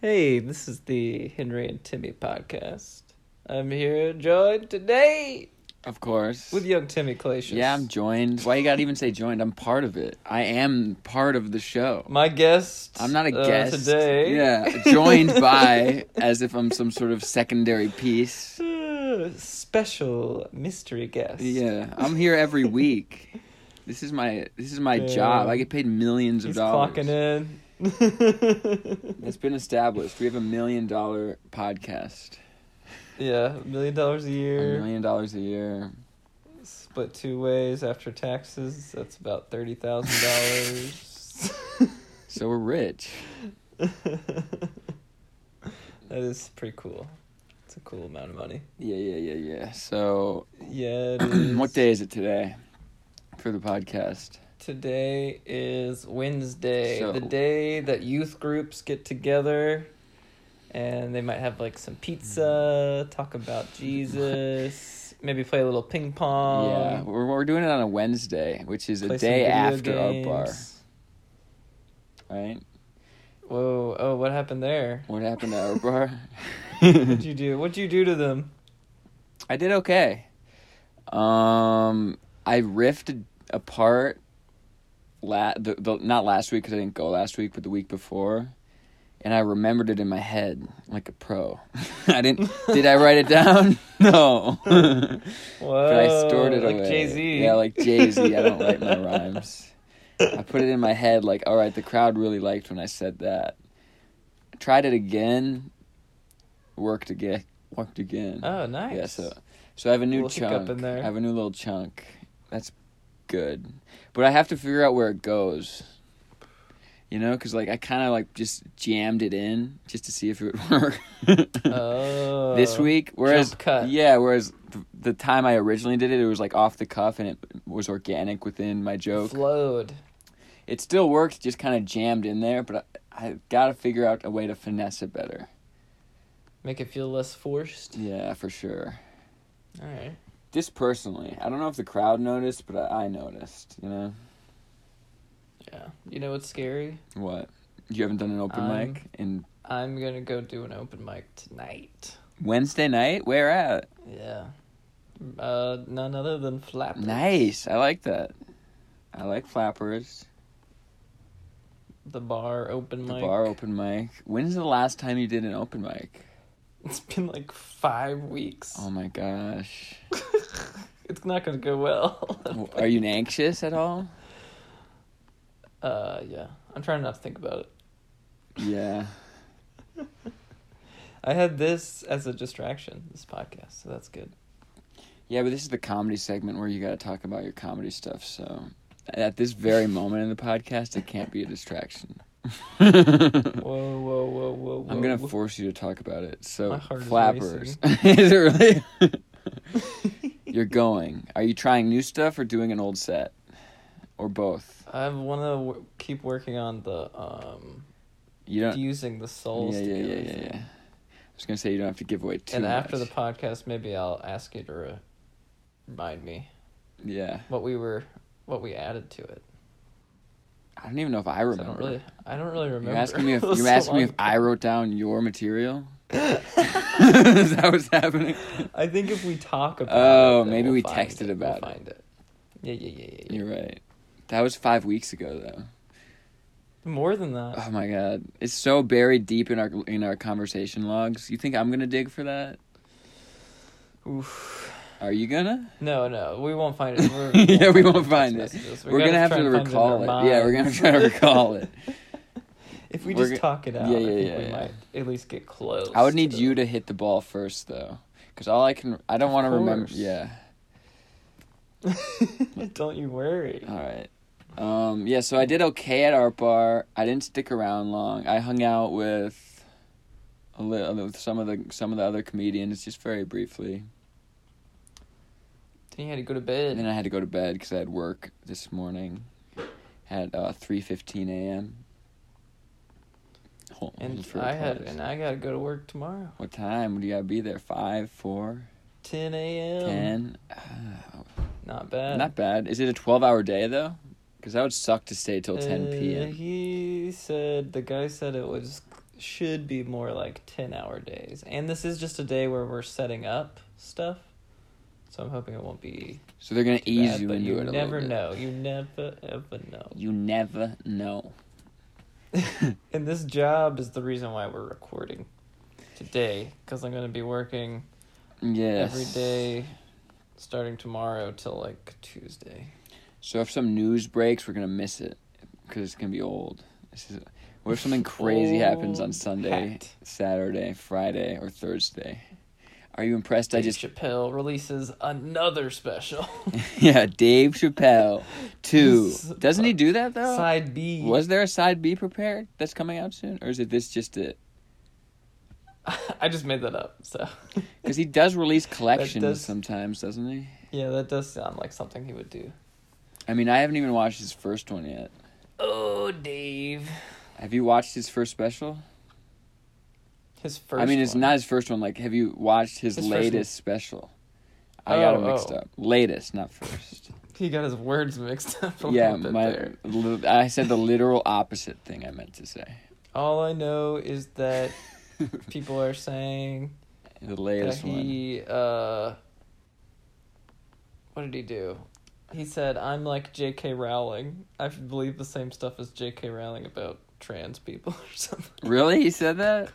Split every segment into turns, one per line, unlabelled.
Hey, this is the Henry and Timmy podcast. I'm here joined today
Of course.
with young Timmy Clacius.
yeah, I'm joined. Why you gotta even say joined? I'm part of it. I am part of the show.
my guest.
I'm not a
uh,
guest.
today.
Yeah, joined by as if I'm some sort of secondary piece.
Uh, special mystery guest.
Yeah, I'm here every week. This is my this is my
Damn.
job. I get paid millions of
he's
dollars.
clocking in.
It's been established. We have a million dollar podcast.
yeah, a million dollars a
A
year,
million dollars a year.
split two ways after taxes. That's about thirty thousand dollars.
So we're rich.
that is pretty cool. It's a cool amount of money.
Yeah, yeah, yeah, yeah. So
Yeah. It is.
what day is it today for the podcast?
Today is Wednesday,
So-
the day that youth groups get together and they might have like some pizza, talk about Jesus, maybe play a little ping pong.
yeah, we're, we're doing it on a Wednesday, which is
Um, play
a
some
day
video
after our bar,
games.
right?
Whoa, oh, what happened there?
What happened to our bar?
What'd you do? What'd you do to them?
I did okay. Um, I riffed apart la- the, the, not last week because I didn't go last week, but the week before, and I remembered it in my head like a pro. I didn't. did I write it down? No.
Whoa,
but I stored it
Oh, like
away.
Jay Z.
Yeah, like Jay Z. I don't write my rhymes. I put it in my head like, all right, the crowd really liked when I said that. tried it again. Worked again. Worked again.
Oh, nice.
Yeah, so so I have a new
Little hiccup
chunk.
in there.
I have a new little chunk. That's good, but I have to figure out where it goes. You know, because like I kind of like just jammed it in just to see if it would work
Oh.
this week. Whereas,
jump cut.
yeah, whereas th- the time I originally did it, it was like off the cuff and it was organic within my joke.
Flowed.
It still worked, just kind of jammed in there. But I, I gotta figure out a way to finesse it better.
Make it feel less forced.
Yeah, for sure.
All right.
Just personally, I don't know if the crowd noticed, but I, I noticed. You know
Yeah. You know what's scary?
what? You haven't done an open
Um,
mic in
I'm gonna go do an open mic tonight.
Wednesday night. Where at?
Yeah. Uh, none other than Flappers.
Nice. I like that. I like flappers.
The bar open
The
mic.
bar open mic. When's the last time you did an open mic?
It's been like five weeks.
Oh my gosh.
It's not gonna go well.
W- Are you anxious at all?
uh, yeah. I'm trying not to think about it.
Yeah.
I had this as a distraction, this podcast, so that's good.
Yeah, but this is the comedy segment where you got to talk about your comedy stuff. So at this very moment in the podcast, it can't be a distraction. I'm
Whoa, whoa, whoa, whoa, whoa.
going to force you to talk about it. So,
My heart is
flappers. is it really? You're going. Are you trying new stuff or doing an old set? Or both?
I want to w- keep working on the um
You don't.
fusing the souls
Yeah, yeah, yeah,
together.
yeah, yeah. I was going to say you don't have to give away too
and after the
much.
podcast, maybe I'll ask you to re- remind me
Yeah.
what we were what we added to it.
I don't even know if I
'Cause
remember.
I don't really I don't really remember.
You're asking me if
It was
you're
so
asking me if
long.
I wrote down your material. Is that what's happening?
I think if we talk about
Oh,
it, then
maybe
we'll
we
find
texted
it. We'll
about it.
find it. Yeah, yeah, yeah, yeah. yeah.
You're right. That was five weeks ago, though.
More than that.
Oh my god, it's so buried deep in our in our conversation logs. You think I'm gonna dig for that?
Oof.
Are you gonna?
No, no, we won't find it. We're,
yeah, we won't
text
find it.
messages.
We're,
gotta
gonna have
try
to
and find in
recall it.
our
Yeah, we're gonna
minds.
try to recall it.
if we
we're
just
gonna-
talk it out,
Yeah,
I
yeah,
think
yeah,
we
yeah.
might at least get close.
I would need you to hit the ball first, though, because all I can I don't
Of
want to remember.
course.
Yeah.
Don't you worry.
All right. Um, yeah, so I did okay at Art Bar. I didn't stick around long. I hung out with a little with some of the some of the other comedians just very briefly.
Then you had to go to bed.
And then I had to go to bed because I had work this morning at uh, three fifteen a.m. Hold-
And
hold for
I had,
applause.
and I gotta go to work tomorrow,
What time? Do you gotta be there? Five, four,
ten a.m.
ten? Ah,
uh, Not bad.
Not bad. Is it a twelve-hour day though? Because that would suck to stay till ten
Uh,
p.m.
He said the guy said it was should be more like 10 hour days. And this is just a day where we're setting up stuff. So I'm hoping it won't be
So they're gonna
too
ease
bad,
you
but
into
you
it a
never
little
know.
bit.
You never ever know.
You never know.
And this job is the reason why we're recording today because I'm going to be working
Yes.
every day starting tomorrow till like Tuesday.
So if some news breaks, we're gonna miss it because it's gonna be old. This is. What if something crazy happens on
Old
Sunday,
hat.
Saturday, Friday, or Thursday? Are you impressed? I
Dave
just
Chappelle releases another special.
yeah, Dave Chappelle two.
He's-
Doesn't he do that though?
Side B.
Was there a side B prepared that's coming out soon, or is it this just it?
I just made that up. So
Because he does release collections
does-
sometimes, doesn't he?
yeah, that does sound like something he would do.
I mean, I haven't even watched his first one yet.
Oh, Dave.
Have you watched his first special?
His first.
I mean, it's
one.
not his first one. Like, have you watched his,
His first
latest special? I got it
Oh,
mixed
oh.
up. Latest, not first.
He got his words mixed up. A
yeah,
little bit
my
there.
li- I said the literal opposite thing I meant to say.
All I know is that people are saying
The
that
latest one.
he. Uh, what did he do? He said, "I'm like J.K. Rowling. I believe the same stuff as J.K. Rowling about trans people or something."
Really, he said that.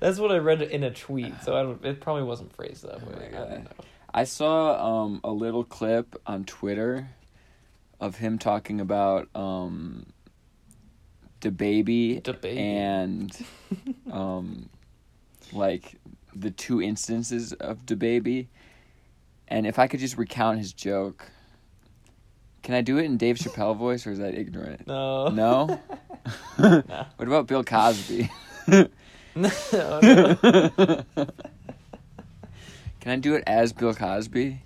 That's what I read in a tweet, so I don't. It probably wasn't phrased that
Oh
way.
my
I don't
God.
know.
I saw um, a little clip on Twitter of him talking about um, the baby
The baby.
and um, like the two instances of the baby. And if I could just recount his joke, can I do it in Dave Chappelle voice or is that ignorant?
No.
No?
No.
What about Bill Cosby?
no. no.
Can I do it as Bill Cosby?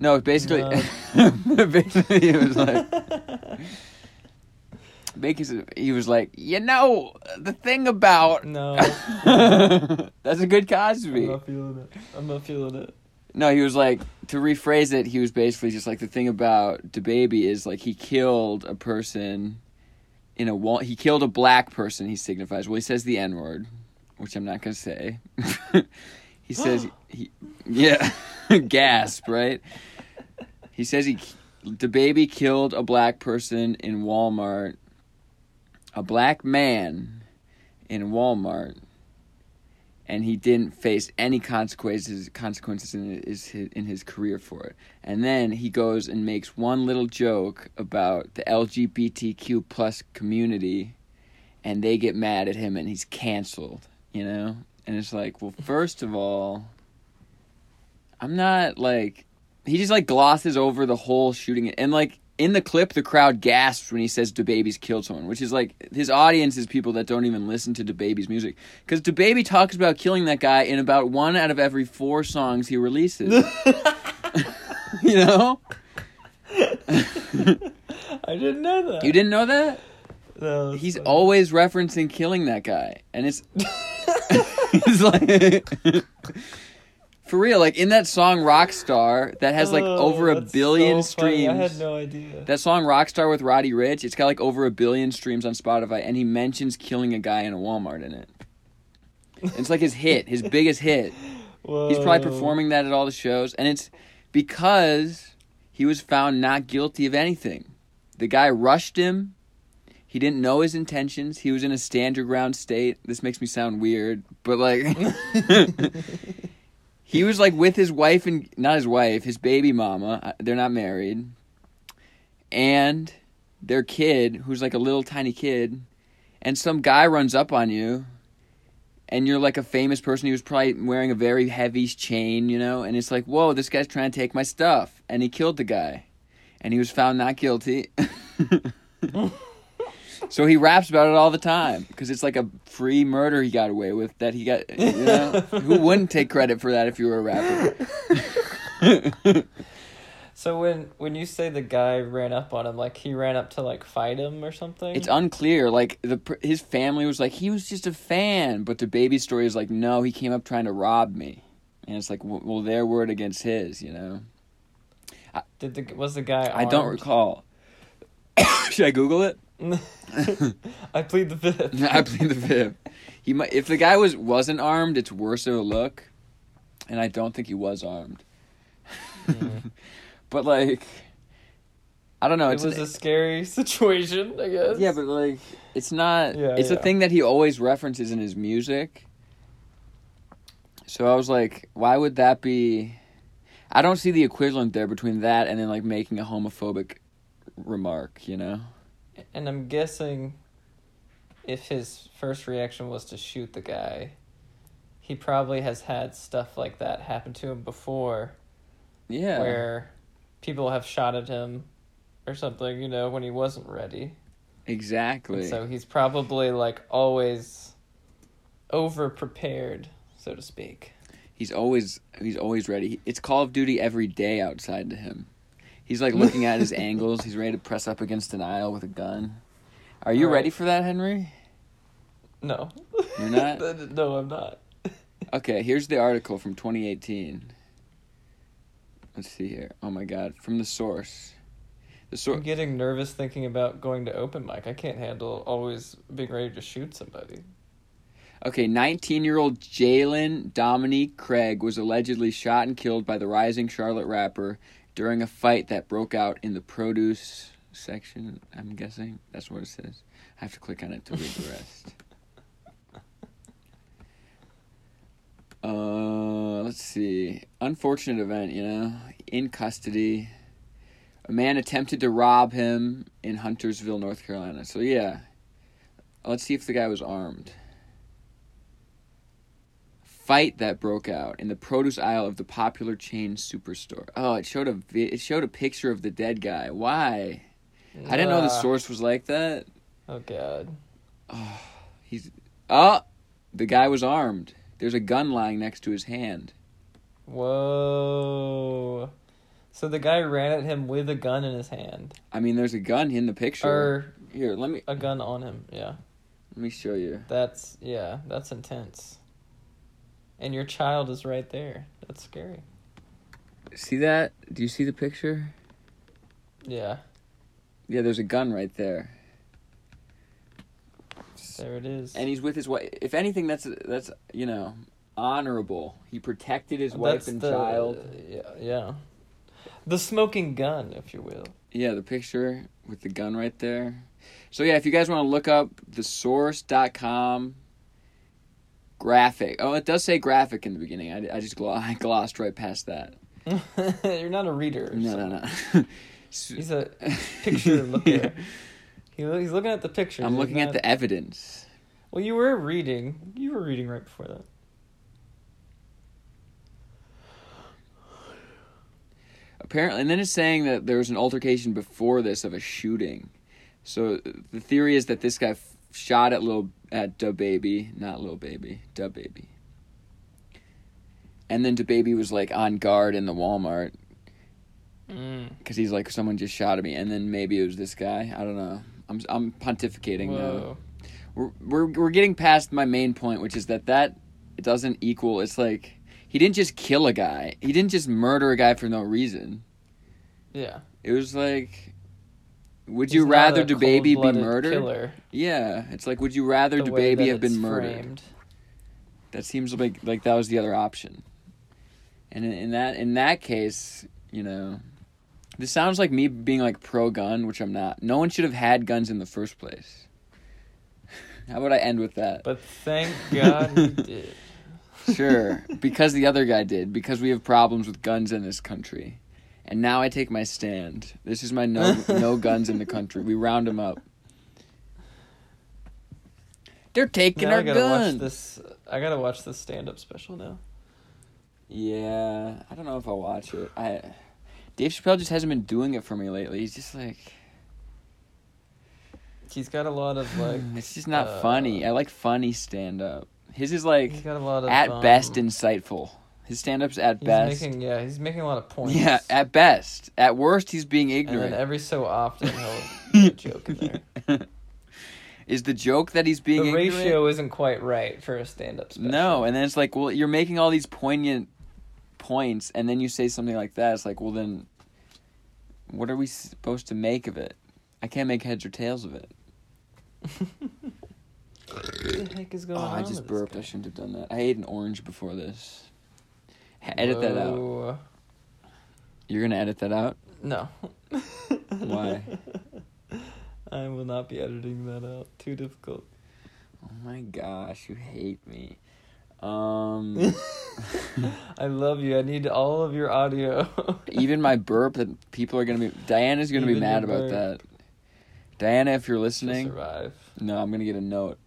No, basically, basically he was like, basically he was like, you know, the thing about
no.
that's a good
I'm
Cosby.
not feeling it. I'm not feeling it.
No, he was like to rephrase it. He was basically just like the thing about the baby is like he killed a person in a wall. He killed a black person. He signifies. Well, he says the N word, which I'm not gonna say. he says he, yeah, gasp right. He says he the baby killed a black person in Walmart. A black man in Walmart and he didn't face any consequences consequences in his in his career for it. And then he goes and makes one little joke about the LGBTQ plus community, and they get mad at him, and he's canceled. You know, and it's like, well, first of all, I'm not like he just like glosses over the whole shooting it, and like. In the clip, the crowd gasps when he says DeBaby's killed someone, which is like his audience is people that don't even listen to DeBaby's music. Because DeBaby talks about killing that guy in about one out of every four songs he releases. you know?
I didn't know that.
You didn't know that?
No,
He's
sorry.
always referencing killing that guy. And it's. it's like. For real, like in that song Rockstar that has like
Oh,
over a
that's
billion
so funny.
streams.
I had no idea.
That song Rockstar with Roddy Rich, it's got like over a billion streams on Spotify, and he mentions killing a guy in a Walmart in it. It's like his hit, his biggest hit. He's probably
Whoa.
performing that at all the shows, and it's because he was found not guilty of anything. The guy rushed him. He didn't know his intentions. He was in a stand your ground state. This makes me sound weird, but like he was like with his wife and not his wife, his baby mama. I- They're not married, and their kid, who's like a little tiny kid, and some guy runs up on you and you're like a famous person who's probably wearing a very heavy chain, you know, and it's like, whoa, this guy's trying to take my stuff, and he killed the guy, and he was found not guilty. so he raps about it all the time because it's like a free murder he got away with that he got. You know, who wouldn't take credit for that if you were a rapper?
So when when you say the guy ran up on him, like he ran up to like fight him or something.
It's unclear. Like the pr- his family was like he was just a fan, but the baby story is like no, he came up trying to rob me, and it's like w- well, their word against his, you know.
Did the was the guy?
I don't
armed?
recall. Should I Google it?
I plead the fifth.
I plead the fifth. He might if the guy was wasn't armed, it's worse of a look, and I don't think he was armed. but like, I don't know.
It
It's
was a scary situation, I guess.
yeah, but like, it's not.
Yeah,
it's
yeah.
a thing that he always references in his music. So I was like, why would that be? I don't see the equivalent there between that and then like making a homophobic remark. You know.
And I'm guessing if his first reaction was to shoot the guy, he probably has had stuff like that happen to him before
Yeah.
where people have shot at him or something, you know, when he wasn't ready. And
Exactly.
so he's probably like always over prepared, so to speak.
He's always he's always ready. He- It's Call of Duty every day outside to him. He's like looking at his angles. He's ready to press up against an aisle with a gun. Are you
All right.
ready for that, Henry?
No.
You're not?
no, I'm not.
Okay, here's the article from 2018. Let's see here. Oh my god, from the source. The
I'm
source
getting nervous thinking about going to open mic. I can't handle always being ready to shoot somebody.
Okay, 19 year old Jalen Dominique Craig was allegedly shot and killed by the rising Charlotte rapper during a fight that broke out in the produce section. I'm guessing that's what it says. I have to click on it to read the rest. Uh, let's see. Unfortunate event, you know. In custody. A man attempted to rob him in Huntersville, North Carolina. So, yeah. Let's see if the guy was armed fight that broke out in the produce aisle of the popular chain superstore. Oh, it showed a vi- it showed a picture of the dead guy. Why? I didn't know the
Ah.
source was like that.
Oh god.
He's oh, the guy was armed. There's a gun lying next to his hand.
Whoa. So the guy ran at him with a gun in his hand.
I mean, there's a gun in the picture.
Or
Here, let me
a gun on him, yeah.
let me show you.
That's yeah, that's intense. And your child is right there. That's scary.
See that? Do you see the picture?
Yeah,
Yeah, there's a gun right there.
there it is.
And he's with his wife. If anything, that's that's you know honorable. He protected his wife
That's
and
the-
child.
Yeah, yeah. The smoking gun, if you will.
Yeah, the picture with the gun right there. So yeah, if you guys want to look up thesource.com graphic. Oh, it does say graphic in the beginning. I, I just glo- I glossed right past that.
You're not a reader. or
No,
something.
no, no. S-
He's a picture looker.
Yeah.
He, lo- he's looking at the picture.
I'm looking at the evidence.
Well, you were reading. You were reading right before that.
Apparently, and then it's saying that there was an altercation before this of a shooting. So uh, the theory is that this guy f- shot at little at Da Baby, not little baby, Da Baby. And then Da Baby was like on guard in the Walmart
Mm.
because he's like someone just shot at me, and then maybe it was this guy. I don't know. I'm I'm pontificating now.
Whoa.
We're, we're we're getting past my main point, which is that that it doesn't equal. It's like he didn't just kill a guy. He didn't just murder a guy for no reason.
Yeah. Would
It was like, would you rather the baby be murdered?
Killer,
Yeah, it's like, would you rather
the
the
way
baby
that
have been
it's
murdered?
framed.
That seems like like that was the other option. And in, in that in that case, you know, this sounds like me being like pro gun, which I'm not. No one should have had guns in the first place. How about I end with that?
But thank God we did.
Sure, because the other guy did. Because we have problems with guns in this country. And now I take my stand. This is my no no guns in the country. We round them up. They're taking
Now I
our
gotta
guns.
watch this. I gotta watch this stand-up special now.
Yeah, I don't know if I'll watch it. I Dave Chappelle just hasn't been doing it for me lately. He's just like
He's got a lot of like.
it's just not
uh,
funny. I like funny stand up. His is
He's
like
got a lot of
at
um,
best insightful. His stand up's at
He's
best.
making yeah. He's making a lot of points.
yeah, at best. At worst he's being
and then
ignorant.
every so often he'll put a joke in there.
is the joke that he's being
The
ignorant?
ratio isn't quite right for a stand-up special.
No, and then it's like, well, you're making all these poignant points, and then you say something like that. It's like, well, then, what are we supposed to make of it? I can't make heads or tails of it.
What the heck is going
oh,
on?
I just
with this
burped.
guy?
I shouldn't have done that. I ate an orange before this. H- edit that out.
Whoa.
You're gonna edit that out.
No.
Why?
I will not be editing that out. Too difficult.
Oh my gosh, you hate me. Um,
I love you. I need all of your audio.
even my burp that people are gonna be. Diana's gonna be
Even
mad
your
about that. Diana, if you're
to
listening,
survive.
no, I'm gonna get a note.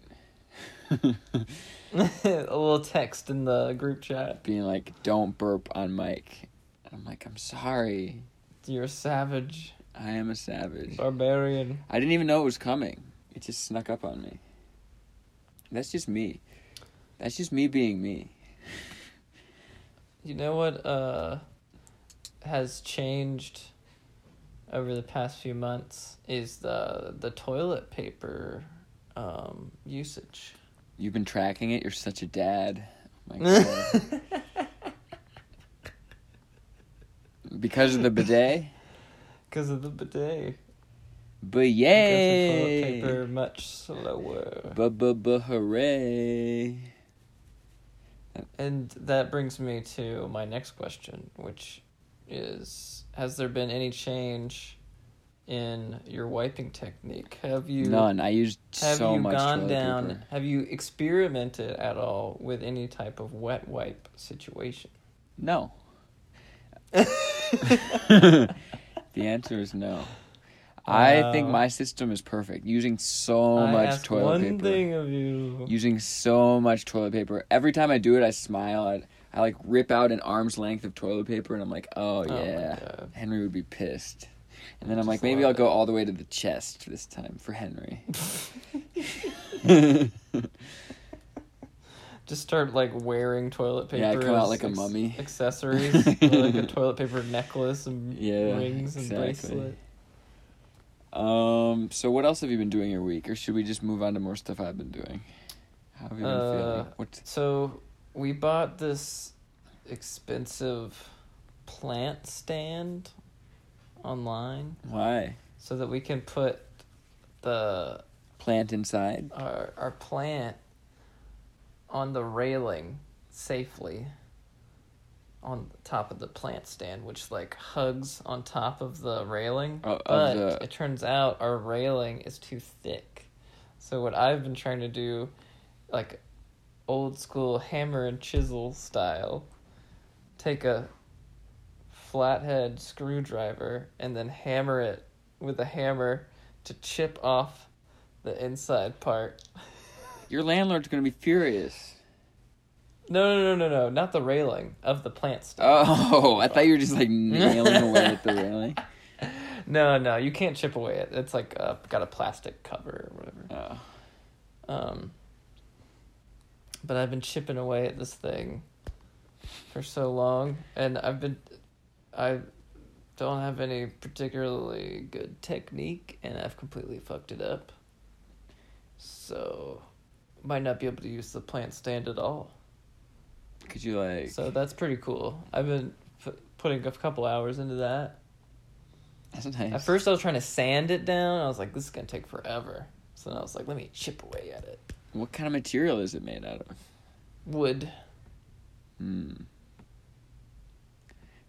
a little text in the group chat.
being like, "Don't burp on mic." And I'm like, "I'm sorry.
You're a savage,
I am a savage.
barbarian.
I didn't even know it was coming. It just snuck up on me. That's just me. That's just me being me.
You know what uh has changed over the past few months is the the toilet paper um usage.
You've been tracking it. You're such a dad. Oh my God. because of the bidet.
Because of the bidet. Go
But
through toilet
yay!
paper much slower.
Bu bu bu hooray!
And that brings me to my next question, which is Has there been any change in your wiping technique? Have you
None. I used
have
so
you
much
gone
toilet
down
paper.
have you experimented at all with any type of wet wipe situation?
No. the answer is no. I think
Wow.
my system is perfect. Using so
Uh, I
much
ask
toilet
one
paper.
thing of you.
Using so much toilet paper. Every time I do it, I smile. I, I like rip out an arm's length of toilet paper, and I'm like, oh,
Oh my
yeah,
God.
Henry would be pissed. And then I'm
Just
like, maybe
love
I'll go
it.
all the way to the chest this time for Henry.
Just start like wearing toilet paper.
Yeah, I come out
as
like a
acc-
mummy.
Accessories, or, like a toilet paper necklace and
Yeah,
rings and
exactly.
bracelet.
um. So what else have you been doing your week, or should we just move on to more stuff I've been doing? How have you been feeling?
Uh,
What?
So we bought this expensive plant stand online
Why?
so that we can put the
Plant inside.
our our plant on the railing safely on the top of the plant stand which like hugs on top of the railing
Oh, of
but
the-
it turns out our railing is too thick so what i've been trying to do like old school hammer and chisel style take a flathead screwdriver and then hammer it with a hammer to chip off the inside part.
Your landlord's gonna be furious.
No, no, no, no, no, not the railing of the plant stand.
Oh, I thought you were just like nailing away at the railing.
No, no, you can't chip away it. It's like uh, got a plastic cover or whatever.
Oh.
Um, but I've been chipping away at this thing for so long, and I've been, I don't have any particularly good technique, and I've completely fucked it up. So, might not be able to use the plant stand at all.
Could you like?
So that's pretty cool. I've been p- putting a couple hours into that.
that's nice.
At first, I was trying to sand it down. I was like, this is gonna take forever. So then I was like, let me chip away at it.
what kind of material is it made out of?
Wood.
Hmm.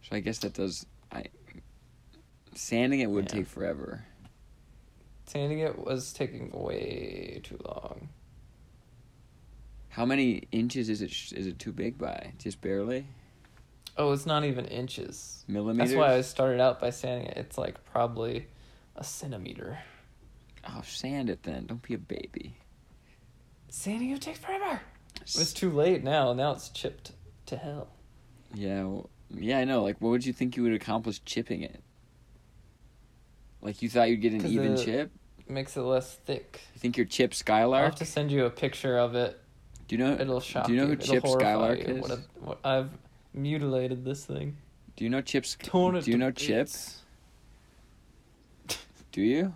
So I guess that does. I sanding it would
Yeah.
take forever.
Sanding it was taking way too long.
How many inches is it? Sh- is it too big by? Just barely.
Oh, it's not even inches.
Millimeters.
That's why I started out by sanding it. It's like probably a centimeter.
Oh, sand it then. Don't be a baby.
Sanding it would take forever. It's
S-
too late now. Now it's chipped to hell.
yeah, well, yeah, I know. Like, what would you think you would accomplish chipping it? Like, you thought you'd get an
'Cause
even
the-
chip?
Makes it less thick.
You think your chip
I'll
Skylark?
have to send you a picture of it
do you know?
It'll shock
Do you know
you.
who
It'll
Chip
horrify
Skylark
you.
is?
What I've, what I've mutilated this thing.
do you know Chip's?
Torn it
Do you
to
know Chip?
bits.
Do you?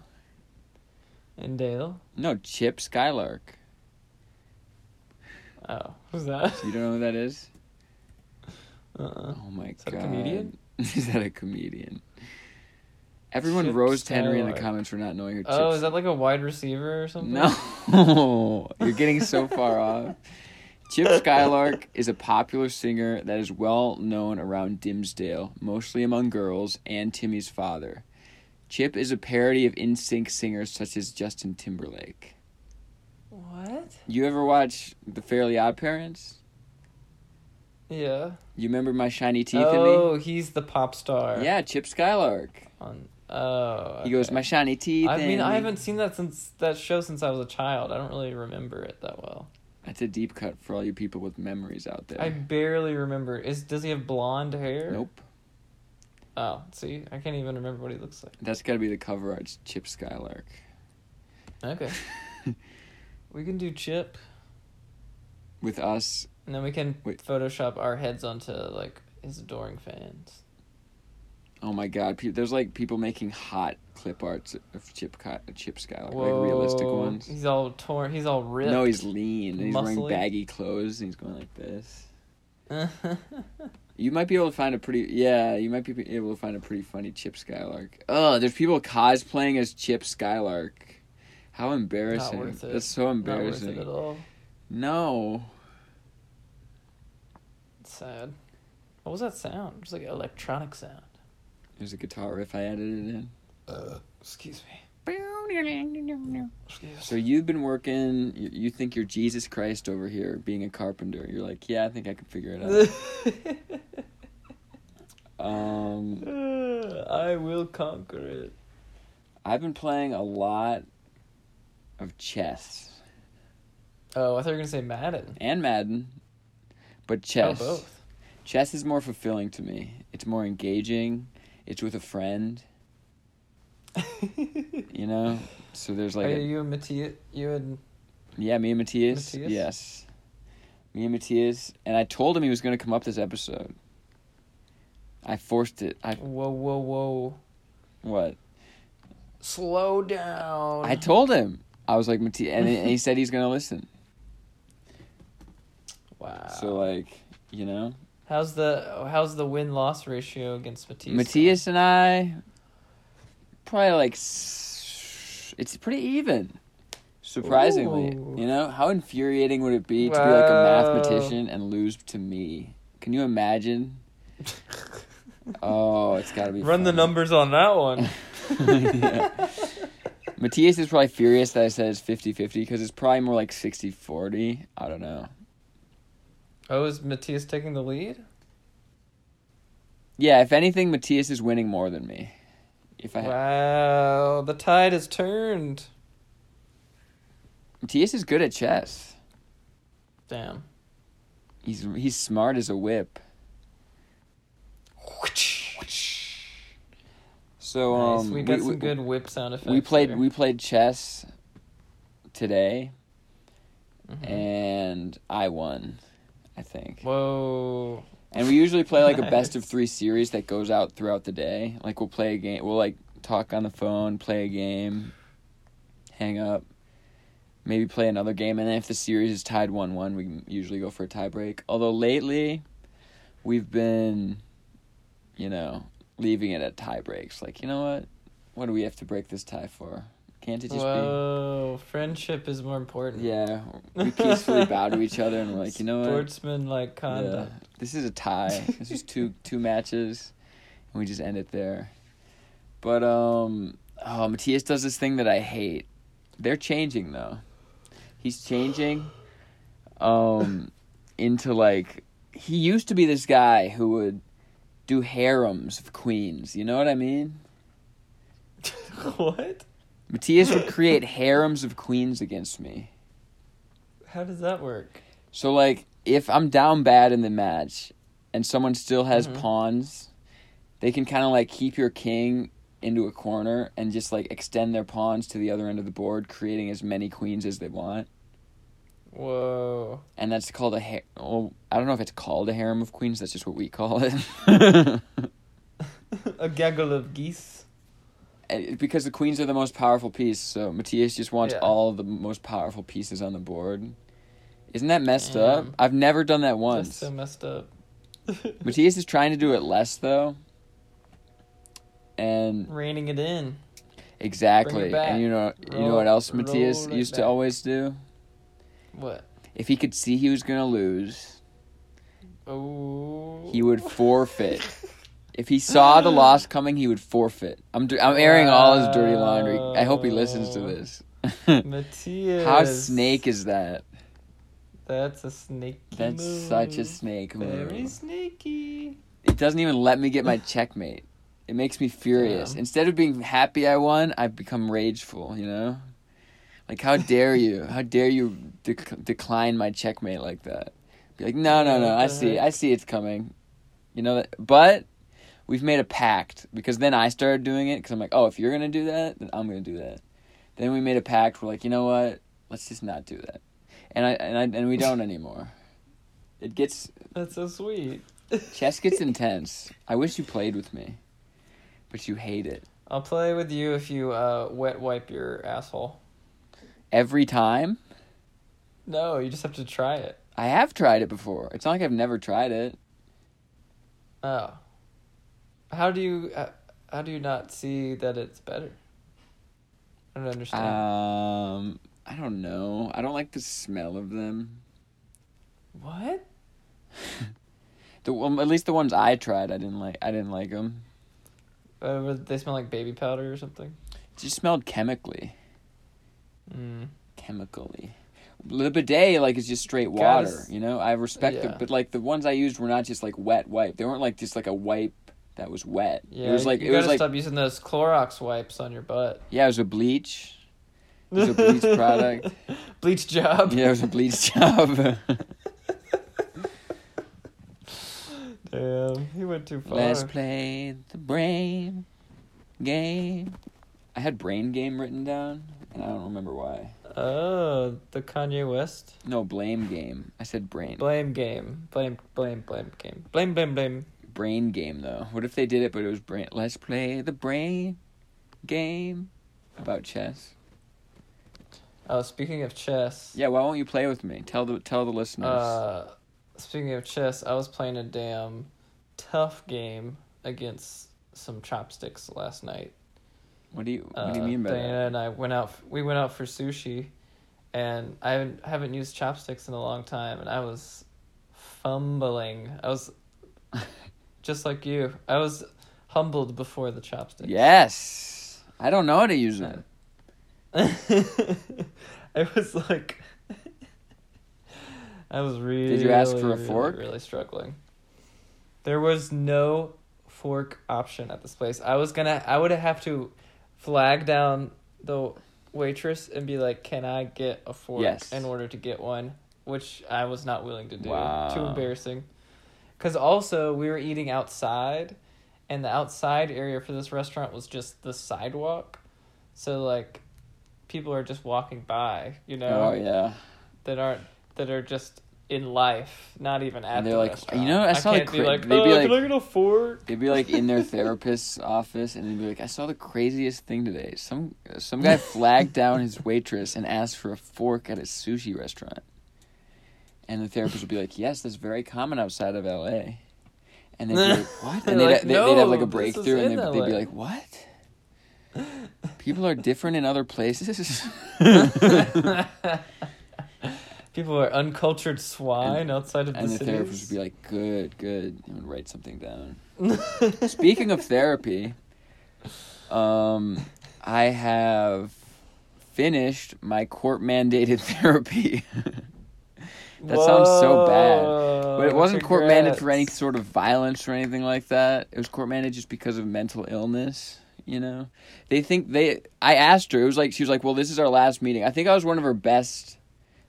And Dale.
No, Chip Skylark.
Oh, who's that?
You don't know who that is?
Uh-uh.
Oh my
that a
god.
comedian?
is that a comedian? Everyone
Chip
rose to Henry in the
Skylark.
comments for not knowing who Chip.
Oh, is that like a wide receiver or something?
No, you're getting so far off. Chip Skylark is a popular singer that is well known around Dimsdale, mostly among girls, and Timmy's father. Chip is a parody of NSYNC singers such as Justin Timberlake.
What?
You ever watch The Fairly Odd Parents?
Yeah.
You remember My Shiny Teeth
oh, he's the pop star.
in Me? Yeah, Chip Skylark.
On, oh.
He goes,
okay.
My Shiny Teeth.
I mean,
in
I
me."
haven't seen that since that show since I was a child. I don't really remember it that well.
That's a deep cut for all you people with memories out there.
I barely remember. Is does he have blonde hair?
Nope.
Oh, see, I can't even remember what he looks like.
That's got to be the cover art, Chip Skylark.
Okay, we can do Chip,
with us.
and then we can
Wait.
Photoshop our heads onto like his adoring fans.
Oh my God! Pe- there's like people making hot clip arts of Chip Ki- Chip Skylark,
Whoa,
like realistic ones.
He's all torn. He's all ripped.
No, he's lean and he's wearing
Muscly.
baggy clothes and he's going like this. You might be able to find a pretty yeah. You might be able to find a pretty funny Chip Skylark. Oh, there's people cosplaying as Chip Skylark. How embarrassing!
worth it.
That's so
Not worth
embarrassing.
it at all.
No,
It's sad. What was that sound? It was like an electronic sound.
there's a guitar riff I added it in.
Uh, Excuse me. Excuse
So you've been working. You, you think you're Jesus Christ over here, being a carpenter. You're like, yeah, I think I can figure it out. um,
I will conquer it.
I've been playing a lot of chess
Oh, I thought you were gonna say Madden.
and Madden, but chess.
Oh, both.
Chess is more fulfilling to me. It's more engaging. It's with a friend, you know. So there's like,
Are
a,
you and Mattia? You and
yeah, me and Matthias.
Matthias?
Yes, me and Matthias. And I told him he was going to come up this episode. I forced it. I
whoa, whoa, whoa!
what?
Slow down.
I told him. I was like, Matthias, and, and he said he's gonna listen.
wow.
So like, you know,
how's the how's the win loss ratio against Matthias?
Matthias and I, probably like, s- it's pretty even. Surprisingly,
Ooh.
you know, how infuriating would it be to be like a
Wow.
mathematician and lose to me? Can you imagine? Oh, it's gotta be.
Run the
fun.
numbers on that one.
Yeah. Matthias is probably furious that I said it's 50-50 because it's probably more like 60-40. I don't know.
oh, is Matthias taking the lead?
Yeah, if anything, Matthias is winning more than me. If I
Wow, the tide has turned.
Matthias is good at chess.
Damn.
He's he's smart as a whip. So
Nice.
um,
we got
we,
some good whip sound effects.
we played
there.
we played chess today,
Mhm.
and I won, I think.
Whoa.
And we usually play like a best of
Nice.
three series that goes out throughout the day. Like we'll play a game. We'll like talk on the phone, play a game, hang up, maybe play another game, and then if the series is tied one one, we usually go for a tie break. Although lately, we've been, you know, leaving it at tie breaks. Like you know what? What do we have to break this tie for? Can't it just
Whoa. Friendship is more important.
be? Yeah, we peacefully bow to each other and we're like, you know what?
Sportsman like
Yeah.
conduct.
This is a tie. this is two two matches, and we just end it there. But um, oh, Matthias does this thing that I hate. They're changing though. He's changing, um, into like he used to be this guy who would do harems of queens. You know what I mean?
what?
Matthias would create harems of queens against me.
How does that work?
So like if I'm down bad in the match and someone still has
Mhm.
pawns, they can kind of like keep your king into a corner and just like extend their pawns to the other end of the board, creating as many queens as they want.
Whoa.
And that's called a ha- well, I don't know if it's called a harem of queens, that's just what we call it.
A gaggle of geese.
And- because the queens are the most powerful piece, so Matthias just wants
Yeah.
all the most powerful pieces on the board. Isn't that messed up?
Damn.
I've never done that once.
That's so messed up.
Matthias is trying to do it less though, and
reining it in.
exactly.
back.
And you know, you know
Roll-
what else Matthias
roll it
used
back.
to always do?
What?
If he could see he was gonna lose,
Oh.
he would forfeit. if he saw the loss coming, he would forfeit. I'm dir- I'm airing all his dirty laundry. I hope he listens to
Wow.
this.
Matthias.
How snake is that?
That's a snake.
That's such a snake
Very
move.
snaky.
It doesn't even let me get my checkmate. It makes me furious.
Damn.
Instead of being happy I won, I become rageful, you know? Like, how dare you? How dare you dec- decline my checkmate like that? Be like, no, no, no, I see. I see it's coming. You know that? But we've made a pact because then I started doing it because I'm like, oh, if you're going to do that, then I'm going to do that. Then we made a pact. We're like, you know what? Let's just not do that. And I and I and we don't anymore. It gets
That's so sweet.
Chess gets intense. I wish you played with me, but you hate it
I'll play with you if you uh, wet wipe your asshole.
every time.
No, you just have to try it.
I have tried it before. It's not like I've never tried it.
Oh. How do you uh, how do you not see that it's better? I don't understand.
Um, I don't know. I don't like the smell of them.
what?
The um, at least the ones I tried, I didn't like. I didn't like them.
Uh, they smell like baby powder or something.
It just smelled chemically,
Mm.
chemically. The bidet like is just straight
Gotta
water.
s-
You know, I respect it,
Yeah.
but like the ones I used were not just like wet wipe. They weren't like just like a wipe that was wet.
Yeah,
it was like
you
it was
gotta
like
stop using those Clorox wipes on your butt.
yeah, it was a bleach. It was a bleach product.
Bleach job.
Yeah, it was a bleach job.
Damn, he went too far.
Let's play the brain game. I had brain game written down, and I don't remember why.
Oh, the Kanye West
No, blame game. I said brain.
blame game, blame, blame, blame game, blame, blame, blame.
brain game though. What if they did it, but it was brain? Let's play the brain game about chess.
Oh, speaking of chess.
Yeah, why won't you play with me? Tell the tell the listeners.
Uh, speaking of chess, I was playing a damn tough game against some chopsticks last night.
what do you What do you
Uh,
mean by
Diana
that?
and I went out. We went out for sushi, and I haven't, haven't used chopsticks in a long time, and I was fumbling. I was just like you. I was humbled before the chopsticks.
Yes, I don't know how to use them.
I was like, I was really.
you ask for a
really,
fork?
Really struggling. There was no fork option at this place. I was gonna. I would have to flag down the waitress and be like, "Can I get a fork?"
Yes.
In order to get one, which I was not willing to do. Too
Wow.
embarrassing. Because also we were eating outside, and the outside area for this restaurant was just the sidewalk. So like people are just walking by, you know,
Oh yeah.
that aren't that are just in life, not even at
And they're
the
like,
restaurant.
you know, I saw the
can't be
cra-
like,
they'd be
"Oh,
like-
can I get a fork?
They'd be like in their therapist's office, and they'd be like, "I saw the craziest thing today. Some some guy flagged down his waitress and asked for a fork at a sushi restaurant." And the therapist would be like, "Yes, that's very common outside of L.A." And they'd be like, "What?"
They're
And they'd,
like,
they'd, they'd have like
"No,
a
this is
breakthrough, and
in
they'd, they'd be
LA.
like, "What? People are different in other places."
People are uncultured swine outside of
and
the,
the therapist
cities.
would be like, "Good, good," and would write something down. Speaking of therapy, um, I have finished my court mandated therapy. that sounds so bad.
Oh,
But it wasn't court mandated for any sort of violence or anything like that. It was court mandated just because of mental illness. You know, they think they. I asked her. It was like she was like, "Well, this is our last meeting." I think I was one of her best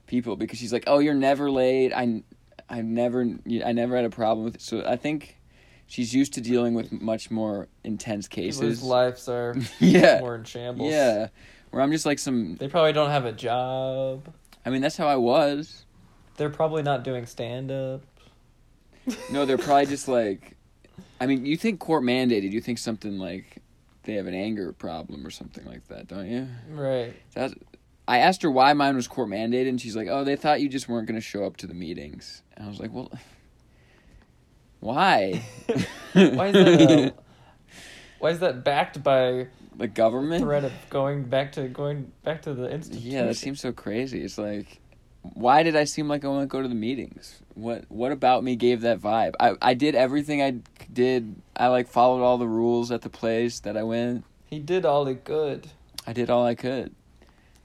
people because she's like, "Oh, you're never late. I, I never, I never had a problem with it." So I think she's used to dealing with much more intense
People's whose
cases.
lives are
yeah,
more in shambles.
yeah. Where I'm just like some.
They probably don't have a job.
I mean, that's how I was.
They're probably not doing stand up.
No, they're probably just like. I mean, you think court mandated? You think something like they have an anger problem or something like that, don't you?
Right.
That's, I asked her why mine was court mandated, and she's like, "Oh, they thought you just weren't going to show up to the meetings." And I was like, "Well, why?
Why is that? A, uh, Why is that backed by
The government.
threat of going back to going back to the institution?
Yeah, that seems so crazy. It's like, why did I seem like I want to go to the meetings? What What about me gave that vibe? I I did everything I did. I like followed all the rules at the place that I went.
he did all he could.
I did all I could.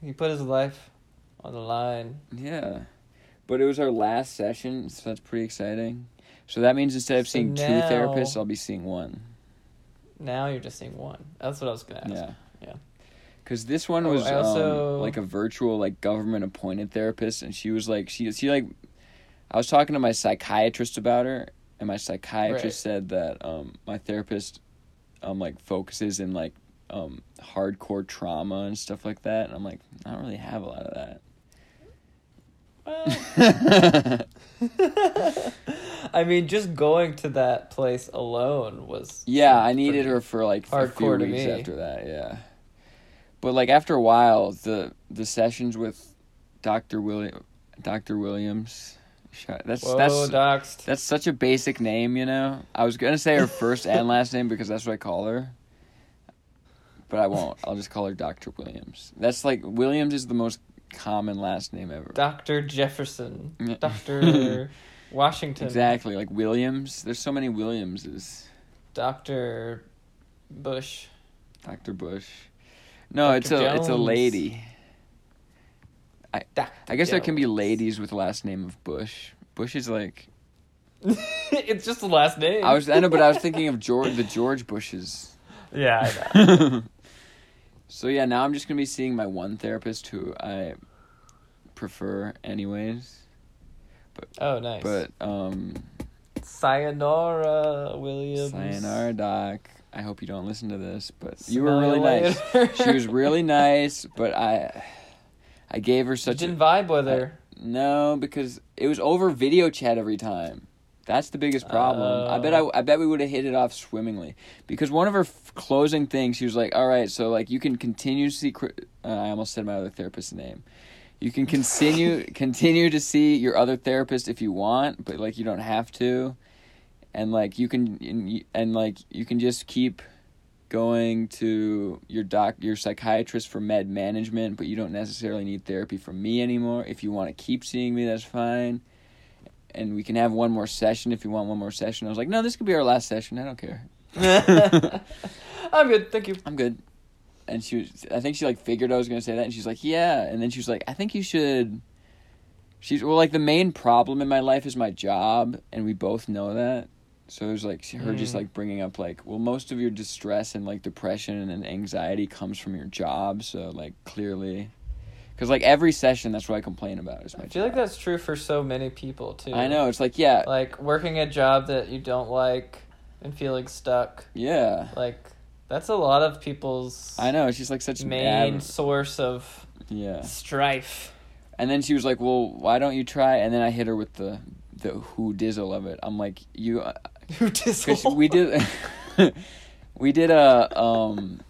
He put his life on the line.
Yeah, but it was our last session, so that's pretty exciting. So that means instead of
So
seeing two
now-
therapists, I'll be seeing one.
Now you're just seeing one. That's what I was gonna ask.
Yeah.
Yeah.
Cause this one
Oh,
was
I
um,
also-
like a virtual, like government appointed therapist, and she was like, she she like, I was talking to my psychiatrist about her, and my psychiatrist
Right.
said that um my therapist, um like focuses in like um hardcore trauma and stuff like that, and I'm like, I don't really have a lot of that.
Well, I mean, just going to that place alone was
Yeah, I needed her for like a few
hardcore to
weeks
me.
after that. Yeah, but like after a while, the the sessions with Doctor William, Doctor Williams, sh- that's
Whoa,
that's
doxed.
that's such a basic name, you know. I was gonna say her first and last name because that's what I call her, but I won't. I'll just call her Doctor Williams. That's like Williams is the most common last name ever.
Doctor Jefferson,
Yeah.
Doctor Washington,
Exactly, like Williams. There's so many Williamses.
Doctor Bush.
Dr. Bush. No,
Dr.
it's a it's a
Jones.
lady. I
Dr.
I guess there can be
Jones.
ladies with last name of Bush. Bush is like
it's just the last name.
I was I know, but I was thinking of George the George Bushes.
yeah, I know.
so yeah, now I'm just gonna be seeing my one therapist who I prefer, anyways.
Oh, nice.
But um,
sayonara, Williams.
sayonara, Doc. I hope you don't listen to this, but you were
Smell
really nice.
later.
She was really nice, but I, I gave her
You
such a
didn't vibe with her.
No, because it was over video chat every time. That's the biggest problem. I bet I, I bet we would have hit it off swimmingly because one of her f- closing things, she was like, "All right, so like you can continue to see." Cri- Uh, I almost said my other therapist's name. You can continue continue to see your other therapist if you want, but like you don't have to, and like you can and, you- and like you can just keep going to your doc your psychiatrist for med management but you don't necessarily need therapy from me anymore if you want to keep seeing me that's fine and we can have one more session if you want one more session i was like no this could be our last session i don't care
I'm good, thank you.
i'm good and she was i think she like figured i was going to say that and she's like yeah and then she was like i think you should she's well like the main problem in my life is my job and we both know that so it was like she- her just
Mm.
like bringing up like well most of your distress and like depression and anxiety comes from your job so like clearly because like every session that's what i complain about is my
I feel like
job
that's true for so many people too.
i know it's like yeah
Like working a job that you don't like and feeling stuck.
yeah
Like that's a lot of people's
i know she's like such an
main
av-
source of
yeah
strife.
And then she was like, "Well, why don't you try?" And then I hit her with the the who dizzle of it. I'm like, "You,
Who
because
disowned?
we did, we did a um,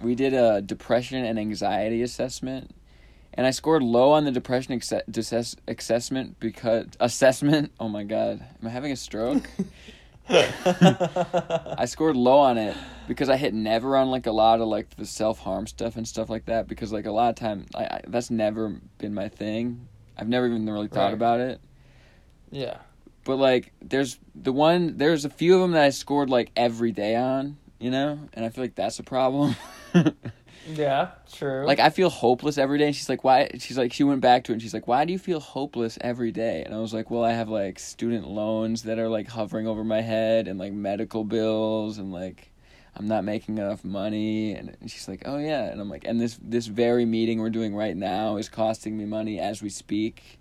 we did a depression and anxiety assessment, and I scored low on the depression acce- dissess- assessment because assessment. Oh my god, am I having a stroke? I scored low on it because I hit never on like a lot of like the self harm stuff and stuff like that because like a lot of time I, I that's never been my thing. I've never even really thought
Right.
about it.
yeah.
But like there's the one there's a few of them that I scored like every day on, you know, and I feel like that's a problem.
Yeah, true.
like I feel hopeless every day. And she's like, why? She's like, she went back to it. and She's like, why do you feel hopeless every day? And I was like, well, I have like student loans that are like hovering over my head, and like medical bills, and like I'm not making enough money. And she's like, oh yeah. And I'm like, and this this very meeting we're doing right now is costing me money as we speak.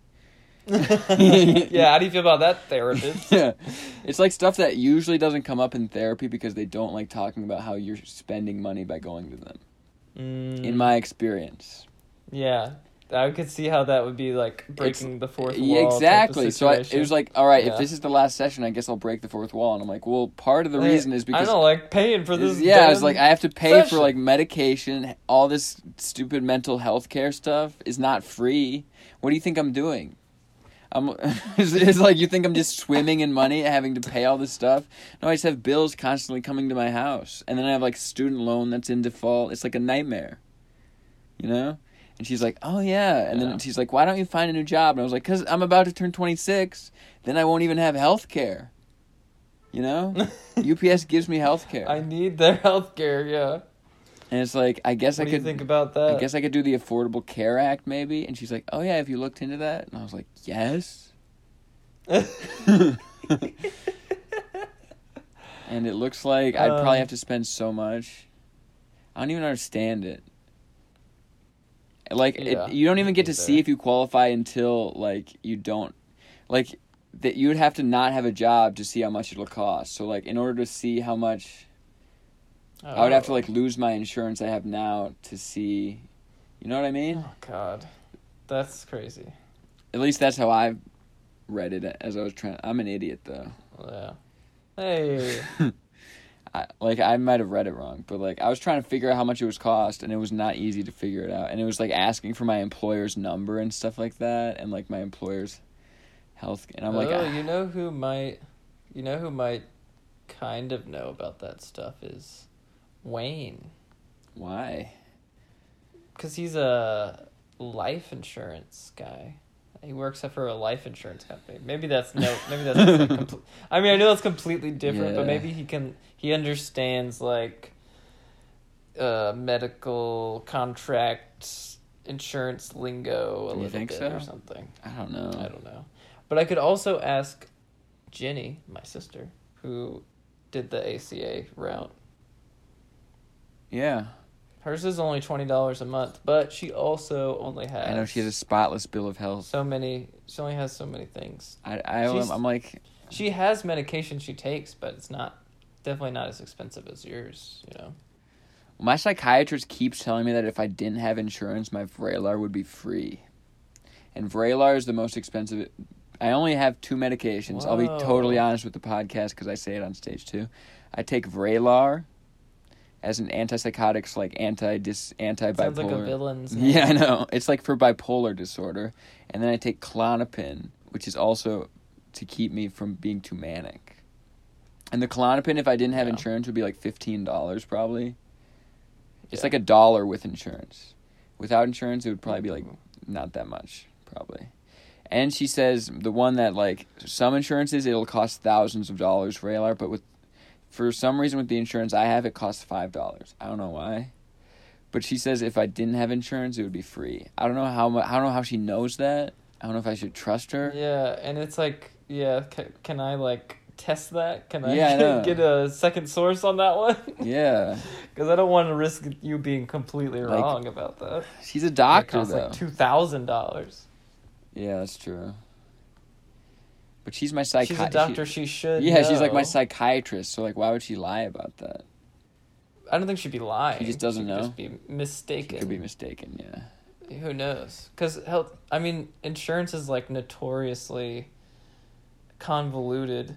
yeah, how do you feel about that therapist?
yeah, it's like stuff that usually doesn't come up in therapy because they don't like talking about how you're spending money by going to them.
Mm,
In my experience.
yeah, I could see how that would be like breaking the fourth
Yeah,
wall.
exactly. So I, it was like, all right,
Yeah.
if this is the last session, I guess I'll break the fourth wall. And I'm like, well, part of the reason is
Eh, I
because
don't like paying for this.
yeah, I was
damn-
like, I have to pay
session.
for like medication. All this stupid mental health care stuff is not free. What do you think I'm doing? I'm, it's, it's like you think I'm just swimming in money, having to pay all this stuff. No, I just have bills constantly coming to my house, and then I have like student loan that's in default. It's like a nightmare, you know. And she's like, "Oh yeah," and
Yeah.
then she's like, "Why don't you find a new job?" And I was like, "Cause I'm about to turn 26, then I won't even have health care." You know, UPS gives me health care,
I need their health care, yeah.
and it's like I guess
What do
I
you
could
think about that?
I guess I could do the Affordable Care Act, maybe. And she's like, "Oh yeah, have you looked into that?" And I was like, "Yes." and it looks like I'd
Um,
probably have to spend so much. I don't even understand it. Like
Yeah,
it, you don't
me
even get to
neither.
see if you qualify until like you don't, like that you would have to not have a job to see how much it'll cost. So like in order to see how much, I would have
Oh.
to like lose my insurance I have now to see, you know what I mean?
Oh God, that's crazy.
At least that's how I read it as I was trying. I'm an idiot though.
Yeah. Hey.
I, like I might have read it wrong, but like I was trying to figure out how much it was cost, and it was not easy to figure it out. And it was like asking for my employer's number and stuff like that, and like my employer's health. And I'm like,
oh,
"Ah."
you know who might, you know who might, kind of know about that stuff is, Wayne,
why?
because he's a life insurance guy. He works for a life insurance company. Maybe that's no. Maybe that's. Like comple- I mean, I know that's completely different, but
Yeah.
maybe he can. He understands like, uh, medical contract insurance lingo a
You
little
think
bit
so?
or something.
I don't know.
I don't know. But I could also ask Jenny, my sister, who did the ACA route.
yeah,
Hers is only twenty dollars a month, but she also only has
I know she has a spotless bill of health.
so many she only has so many things.
I, I
She's-
I'm like,
She has medication she takes, but it's not definitely not as expensive as yours, you know.
my psychiatrist keeps telling me that if I didn't have insurance, my Vraylar would be free, and Vraylar is the most expensive. I only have two medications. I'll be totally
Whoa.
honest with the podcast because I say it on stage too. I take Vraylar as an antipsychotics, like anti dis anti
Sounds like a
bipolar.
villain's name.
yeah, I know. It's like for bipolar disorder, and then I take Clonopin, which is also to keep me from being too manic. And the Clonopin, if I didn't have
Yeah.
insurance, would be like fifteen dollars probably. It's
Yeah.
like a dollar with insurance. Without insurance, it would probably be like not that much probably and she says the one that like some insurances it'll cost thousands of dollars for ALR but with for some reason with the insurance I have it costs five dollars I don't know why but she says if I didn't have insurance it would be free I don't know how mu- I don't know how she knows that I don't know if I should trust her
Yeah, and it's like, yeah, ca can I like test that? Can I
Yeah, I know.
get a second source on that one?
yeah
Because I don't want to risk you being completely
Like,
wrong about that.
she's a
It
doctor
costs
though
like two thousand dollars.
yeah that's true but she's my
she's
psychiatrist
a doctor. She, should.
yeah she's like my
know.
psychiatrist so like why would she lie about that
I don't think she'd be lying.
She just doesn't
could
know.
Just be mistaken.
could be mistaken yeah
Who knows? Because health. I mean, insurance is like notoriously convoluted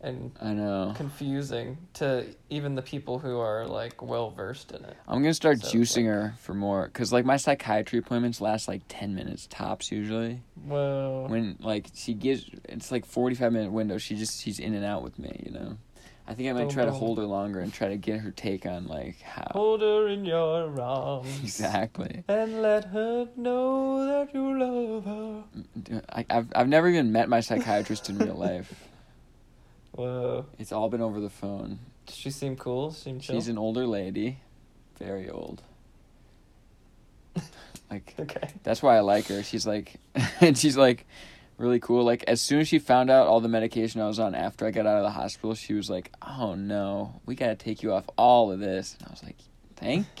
and
I know
confusing to even the people who are like well versed in it.
I'm gonna start
So,
juicing her for more, cause like my psychiatry appointments last like ten minutes tops usually.
Whoa.
When like she gives, it's like forty five minute window. She just she's in and out with me, you know. I think I might
Boom,
try to
boom.
hold her longer and try to get her take on like how
Hold her in your arms.
exactly.
And let her know that you love her.
I, I've I've never even met my psychiatrist in real life.
Whoa.
It's all been over the phone.
Does she seem cool? Seem chill?
She's an older lady, very old. like
Okay.
That's why I like her. She's like, and she's like, really cool. Like as soon as she found out all the medication I was on after I got out of the hospital, she was like, "Oh no, we gotta take you off all of this." And I was like, "Thank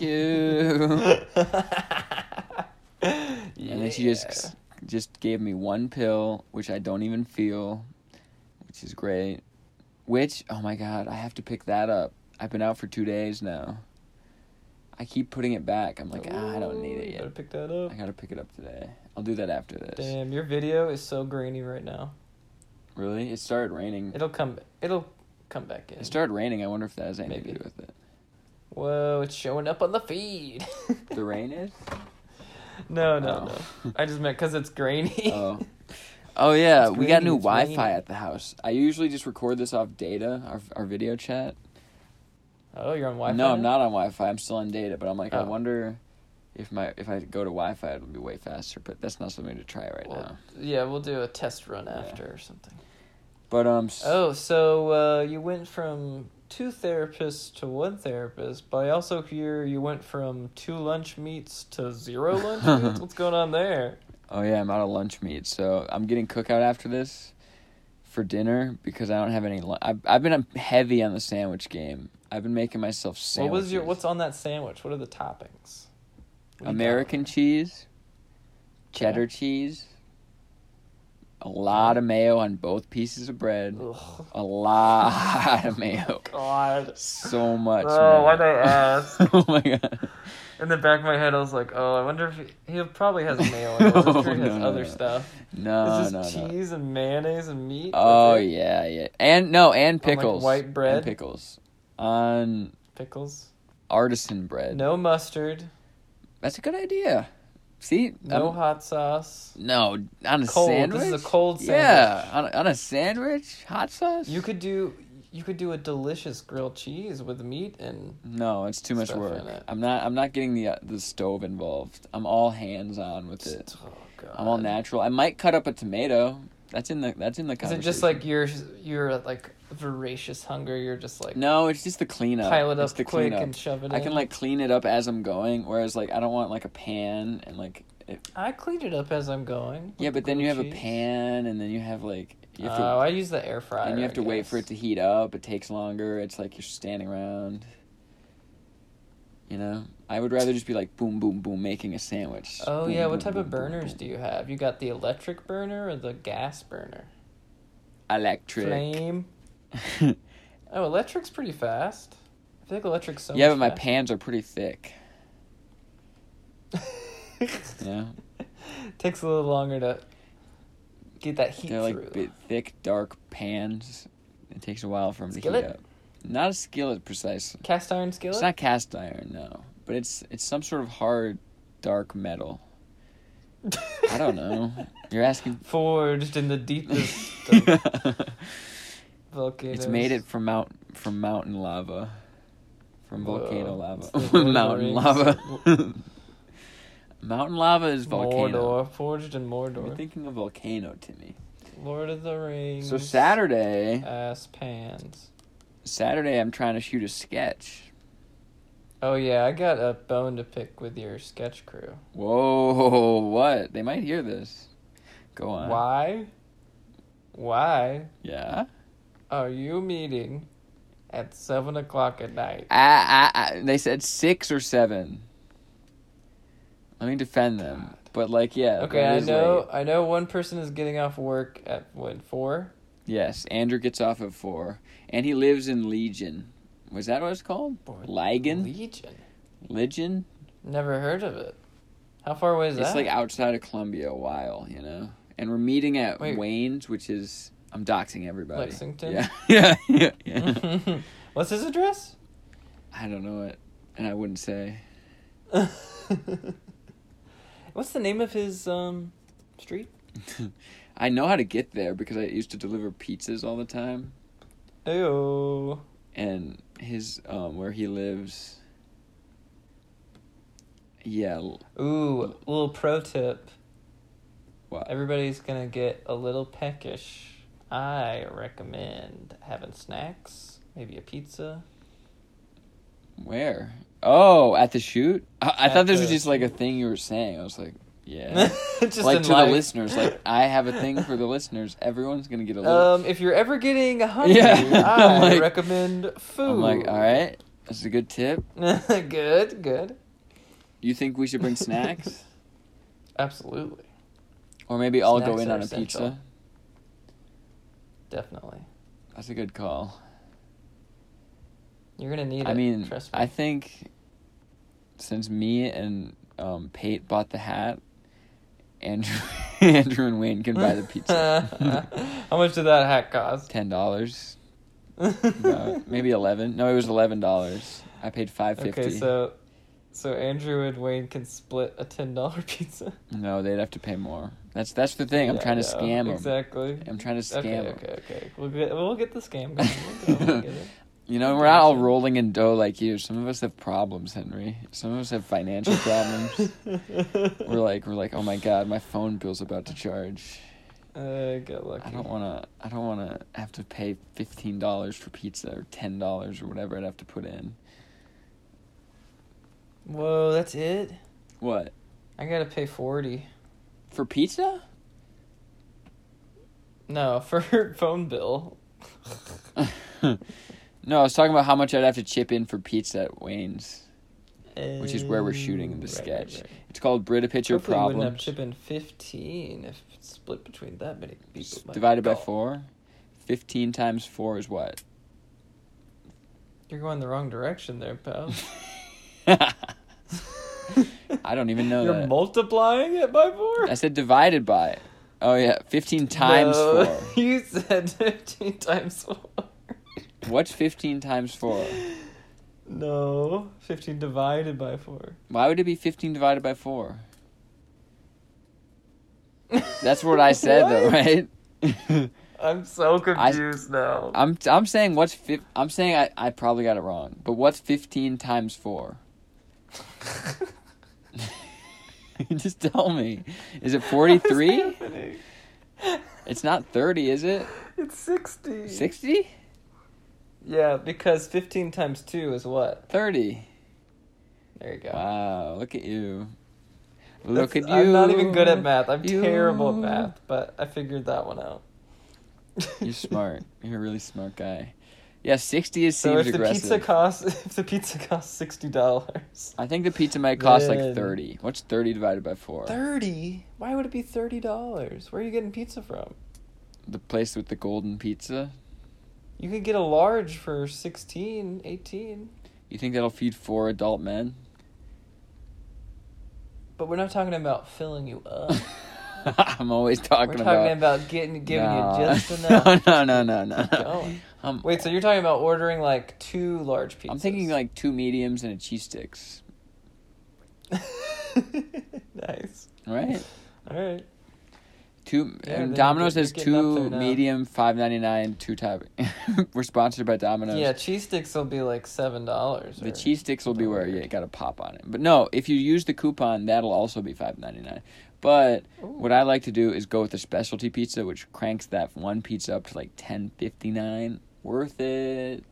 you." And then she just just gave me one pill, which I don't even feel, which is great. Which oh my god, I have to pick that up. I've been out for two days now. I keep putting it back. I'm like, ah, I don't need
Ooh,
it
Better
yet.
pick that up.
I gotta pick it up today. I'll do that after this.
Damn, your video is so grainy right now.
Really? It started raining.
It'll come. It'll come back in.
It started raining. I wonder if that has anything
Maybe.
to do with it.
Whoa, it's showing up on the feed.
The rain is?
no, no,
Oh.
no. I just meant because it's grainy.
Oh. Oh yeah,
It's
we got
raining,
new
it's
Wi Fi
raining.
at the house. I usually just record this off data, our our video chat.
Oh, you're on Wi-Fi.
No, I'm
now?
not on Wi Fi. I'm still on data, but I'm like, I
Oh.
wonder if my if I go to Wi Fi, it'll be way faster. But that's not something to try right
Well,
now.
Yeah, we'll do a test run
Yeah.
after or something.
But um, s-
Oh, so uh, you went from two therapists to one therapist, but I also hear you went from two lunch meets to zero lunch meets. What's going on there?
oh yeah, I'm out of lunch meat, so I'm getting cookout after this for dinner because I don't have any. Lu- I've I've been um, heavy on the sandwich game. I've been making myself sandwiches.
What was your What's on that sandwich? What are the toppings? What do you got?
American cheese, cheddar cheese, a lot of mayo on both pieces of bread,
Ugh,
a lot of mayo,
God.
so much.
Oh, why'd
mayo.
I ask?
oh my god.
In the back of my head, I was like, "Oh, I wonder if he, he probably has mayo. in it. I'm sure he has
No, no,
other
no.
stuff.
No,
Is
no,
this
no.
cheese and mayonnaise and meat? That's
Oh
it?
yeah, yeah, and no, and
On, like,
pickles,
white bread?
and pickles on
pickles.
artisan bread.
No mustard.
That's a good idea. See,
No
Um,
hot sauce.
no, on a
Cold.
sandwich.
This is a cold
Yeah, on a, on a sandwich, hot sauce.
You could do you could do a delicious grilled cheese with meat and
No, it's too much
stuff
work.
in it.
I'm not. I'm not getting the uh, the stove involved. I'm all hands on with it.
oh god.
I'm all natural. I might cut up a tomato. That's in the. That's in the.
Is it just like you're you're like voracious hunger? You're just like
No, it's just the cleanup.
pile it
It's
up
the
quick
cleanup.
and shove it in.
I can like clean it up as I'm going, whereas like I don't want like a pan and like it,
I clean it up as I'm going.
yeah,
with
but then
grilled
you have a
cheese.
pan and then you have like you have to,
Oh, I use the air fryer.
and you have to
I
wait for it
guess.
to heat up. It takes longer. It's like you're standing around. You know, I would rather just be like boom, boom, boom, making a sandwich.
Oh
Boom,
yeah,
boom,
what type
boom,
of
boom,
burners
boom.
do you have? You got the electric burner or the gas burner?
Electric.
Flame. Oh, electric's pretty fast. I feel like electric's so
yeah, but
much
my
faster.
pans are pretty thick. Yeah,
Takes a little longer to get that heat
they're
through.
like bit thick, dark pans. It takes a while for them
Skillet?
to heat up. Not a skillet, precisely.
Cast iron skillet.
It's not cast iron, no. But it's it's some sort of hard, dark metal. I don't know. You're asking.
Forged in the deepest of
it's
volcanoes.
made it from mount from mountain lava, from
Whoa.
volcano lava.
It's the Lord of the
mountain
Rings.
lava. mountain lava is volcano.
Mordor, forged in Mordor.
You're thinking of volcano, Timmy.
Lord of the Rings.
So Saturday,
Ass pans.
Saturday, I'm trying to shoot a sketch.
Oh yeah, I got a bone to pick with your sketch crew.
Whoa, what? They might hear this. Go on.
Why? Why
Yeah.
are you meeting at seven o'clock at night?
I, I, I, Ah, they said six or seven. Let me defend them.
God.
But like, yeah.
Okay,
that
I
is
know.
late.
I know one person is getting off work at what four?
Yes, Andrew gets off at four, and he lives in Legion. Was that what it's called?
Boy,
Ligon,
Legion.
Legion.
Never heard of it. How far away is
It's
that?
like outside of Columbia, a while, you know. And we're meeting at
Wait.
Wayne's, which is I'm doxing everybody.
Lexington? Mm-hmm.
Yeah, yeah, yeah. yeah.
What's his address?
I don't know it, and I wouldn't say.
What's the name of his um street?
I know how to get there because I used to deliver pizzas all the time.
Oh,
and his um where he lives yeah l-
ooh, little pro tip.
What?
Everybody's gonna get a little peckish. I recommend having snacks, maybe a pizza.
where oh at the shoot i, I
At
thought this
the-
was just like a thing you were saying i was like yeah
Just
like
in
to
life.
the listeners like i have a thing for the listeners everyone's gonna get a little
Um, if you're ever getting hungry,
Yeah,
I
I'm like-
recommend food.
i'm like all right that's a good tip
good, good.
you think we should bring snacks
Absolutely,
or maybe i'll go
Snacks
in
are
on a
essential.
pizza
definitely.
that's a good call
You're gonna need
i
it.
mean
trust me.
i think since me and um pate bought the hat andrew andrew and wayne can buy the pizza
How much did that hat cost?
ten dollars, no, maybe eleven. No, it was eleven dollars. I paid five fifty.
Okay, so so Andrew and Wayne can split a ten dollar pizza.
no, they'd have to pay more That's that's the thing. I'm
Yeah,
trying to
yeah,
scam them.
Exactly.
I'm trying to scam
Okay,
'em.
okay, okay. We'll get we'll get the scam going. We'll go, we'll get it.
You know, we're not all
Gotcha.
rolling in dough like you. Some of us have problems, Henry. Some of us have financial problems. we're like, we're like, oh my god, my phone bill's about to charge.
Uh, get lucky.
I don't wanna, I don't wanna have to pay fifteen dollars for pizza or ten dollars or whatever I'd have to put in.
Whoa, that's it.
What
I gotta pay forty.
for pizza?
No, for her phone bill.
no, I was talking about how much I'd have to chip in for pizza at Wayne's. Which is where we're shooting in the
Right, right,
sketch.
right.
It's called Brita Pitcher
Hopefully you wouldn't
Problem.
have chip in fifteen if it's split between that many people. My
Divided by
God.
four. Fifteen times four is what?
You're going the wrong direction there, pal.
I don't even know
You're
that.
multiplying it by four.
I said divided by. Oh yeah, fifteen times
No,
four.
You said fifteen times four.
What's fifteen times four?
No, fifteen divided by four.
Why would it be fifteen divided by four? That's what I said though,
What?
right?
I'm so confused now.
I'm I'm saying what's fif- I'm saying I, I probably got it wrong, but what's fifteen times four? Just tell me. Is it forty
What
three?
is happening?
It's not thirty, is it?
It's sixty.
Sixty?
Yeah, because fifteen times two is what?
Thirty.
There you go.
Wow, look at you. Look
That's-
at you.
I'm not even good at math. I'm
You.
terrible at math, but I figured that one out.
You're smart. You're a really smart guy. Yeah, sixty is
so
seems
if
aggressive.
the pizza costs, if the pizza costs sixty dollars,
I think the pizza might cost like
Then-
thirty. What's thirty divided by four?
thirty? Why would it be thirty dollars? Where are you getting pizza from?
The place with the golden pizza.
You could get a large for 16, 18.
You think that'll feed four adult men?
But we're not talking about filling you up.
I'm always
Oh.
talking
we're
about.
talking about, getting giving
No.
you just enough.
no, no, no, no.
Keep going.
I'm,
Wait, so you're talking about ordering like two large pizzas?
I'm thinking like two mediums and a cheese sticks.
nice.
Right.
All right.
Two
Yeah, then
and
you're
Domino's
get- uh,
has
you're getting up
two
there now.
medium five ninety nine two type. We're sponsored by Domino's.
Yeah, cheese sticks will be like seven dollars.
The cheese sticks will be
something
where
weird.
you got to pop on it. But no, if you use the coupon, that'll also be five ninety nine. But what I like to do is go with the specialty pizza, which cranks that one pizza up to like ten fifty nine. Worth it.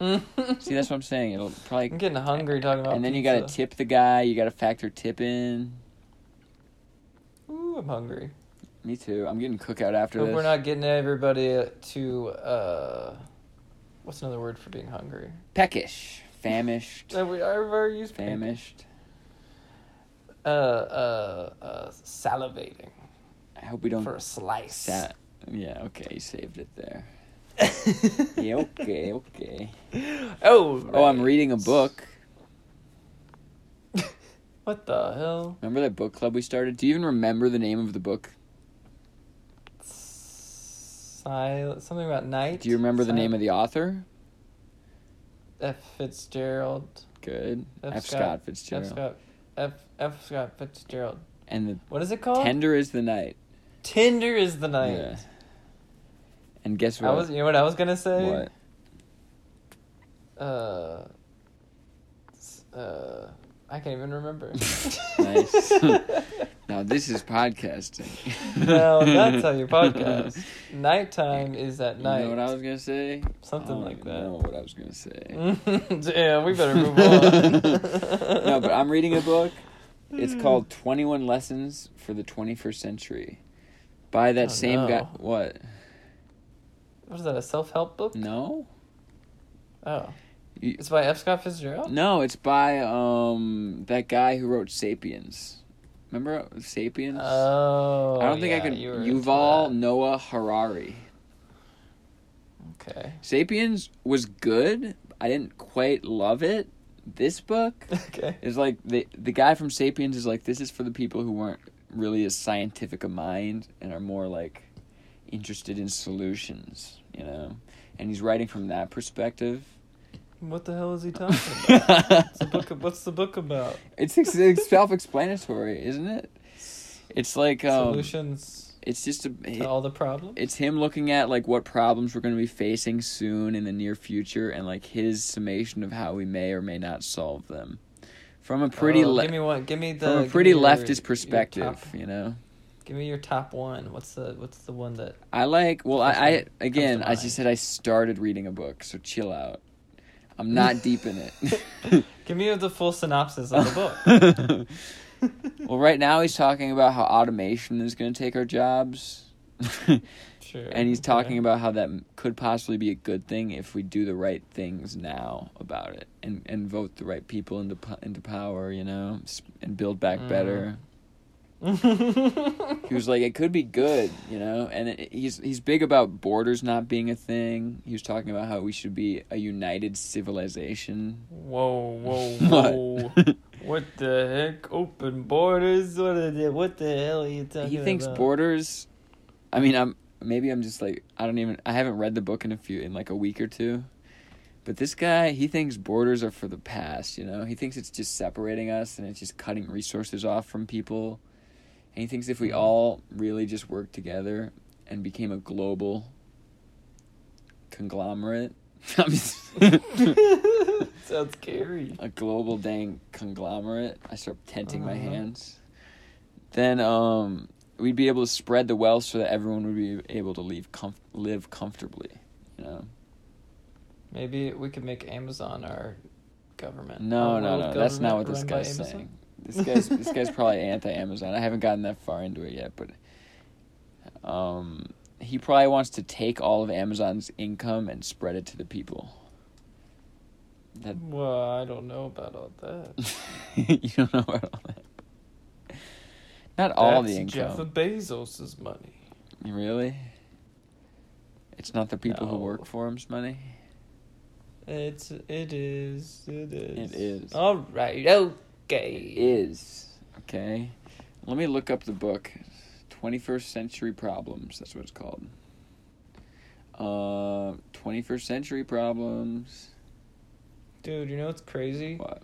See, that's what I'm saying. It'll probably.
I'm getting hungry talking about.
and then you
pizza.
got to tip the guy. You got to factor tip in.
Ooh, I'm hungry.
Me too. I'm getting cookout after
But
this.
we're not getting everybody to. uh What's another word for being hungry?
peckish, famished,
Uh, we I've already used pink.
famished.
Uh, uh, uh, salivating
I hope we don't.
for a slice.
sa- yeah. Okay. You saved it there. Yeah. Okay. Okay.
Oh.
Oh, I'm
right.
reading a book.
What the hell?
Remember that book club we started? Do you even remember the name of the book?
Sil- something about night.
Do you remember the
Sil-
name of the author?
F. Fitzgerald?
Good. F.
F.
Scott,
Scott
Fitzgerald.
F. Scott. F. F. Scott Fitzgerald.
And the
What is it called?
tender is the night.
Tinder is the night.
Yeah. And guess
I
what?
was. You know what I was gonna say?
what?
Uh. s- Uh. I can't even remember.
Nice. Now this is podcasting.
no, that's how you podcast. Nighttime is at
You
night.
know what I was gonna say?
Something
I don't
like
even
that. Mm.
Know what I was gonna say?
Damn, we better move on. Hmm.
no, but I'm reading a book. It's called 21 Lessons for the 21st Century by that
Oh,
same guy.
no.
What?
What is that? A self-help book?
No?
Oh,
You-
it's by F. Scott Fitzgerald.
No, it's by um that guy who wrote Sapiens. Remember Sapiens?
Oh,
I don't think I
yeah,
could.
you were into
Yuval Noah Harari.
that. Okay.
Sapiens was good. I didn't quite love it. This book
Okay.
is like the the guy from Sapiens is like this is for the people who weren't really as scientific a mind and are more like interested in solutions, you know. And he's writing from that perspective.
What the hell is he talking about? What's the
it's
book, what's the book about?
it's self-explanatory, isn't it? It's like um,
Solutions
it's just a
to all the problems.
it's him looking at like what problems we're going to be facing soon in the near future and like his summation of how we may or may not solve them from a pretty
Oh,
le-
give me one. Give me the
from a
give
pretty
me your- your
leftist
top-
perspective you know
give me your top one. What's the What's the one that?
i like well i,
First one
I
comes to
again i
mind.
just said i started reading a book so chill out i'm not deep in
Give me the full synopsis of the
it
book.
well right now he's talking about how automation is going to take our jobs
sure.
and he's
okay.
talking about how that m- could possibly be a good thing if we do the right things now about it and and vote the right people into po- into power you know s- and build back
Mm.
better he was like it could be good you know and it, he's he's big about borders not being a thing he was talking about how we should be a united civilization
"Whoa, whoa,
What?
whoa! what the heck? Open borders? What are the, What the hell are you talking
he thinks
about?"
borders i mean i'm maybe i'm just like i don't even i haven't read the book in a few in like a week or two but this guy he thinks borders are for the past you know he thinks it's just separating us and it's just cutting resources off from people and he thinks if we all really just work together and became a global conglomerate I'm just-
Sounds scary.
a global dang conglomerate. I start tenting my
Uh-huh.
hands. Then um, we'd be able to spread the wealth so that everyone would be able to leave comf- live comfortably. You know?
Maybe we could make Amazon our government.
No,
Our
no, no.
world
That's not
government
what this
run by
guy's
Amazon?
saying. This guy's this guy's probably anti-Amazon. I haven't gotten that far into it yet, but um, he probably wants to take all of Amazon's income and spread it to the people. That
Well, I don't know about all that.
you don't know about all that. Not all
That's
the income.
Jeff Bezos' money.
Really? It's not the people
No.
who work for him's money.
It's it is it is
is.
all right okay
It is. Okay. Let me look up the book. 21st Century Problems. That's what it's called. Uh, 21st Century Problems.
dude. You know what's crazy?
What?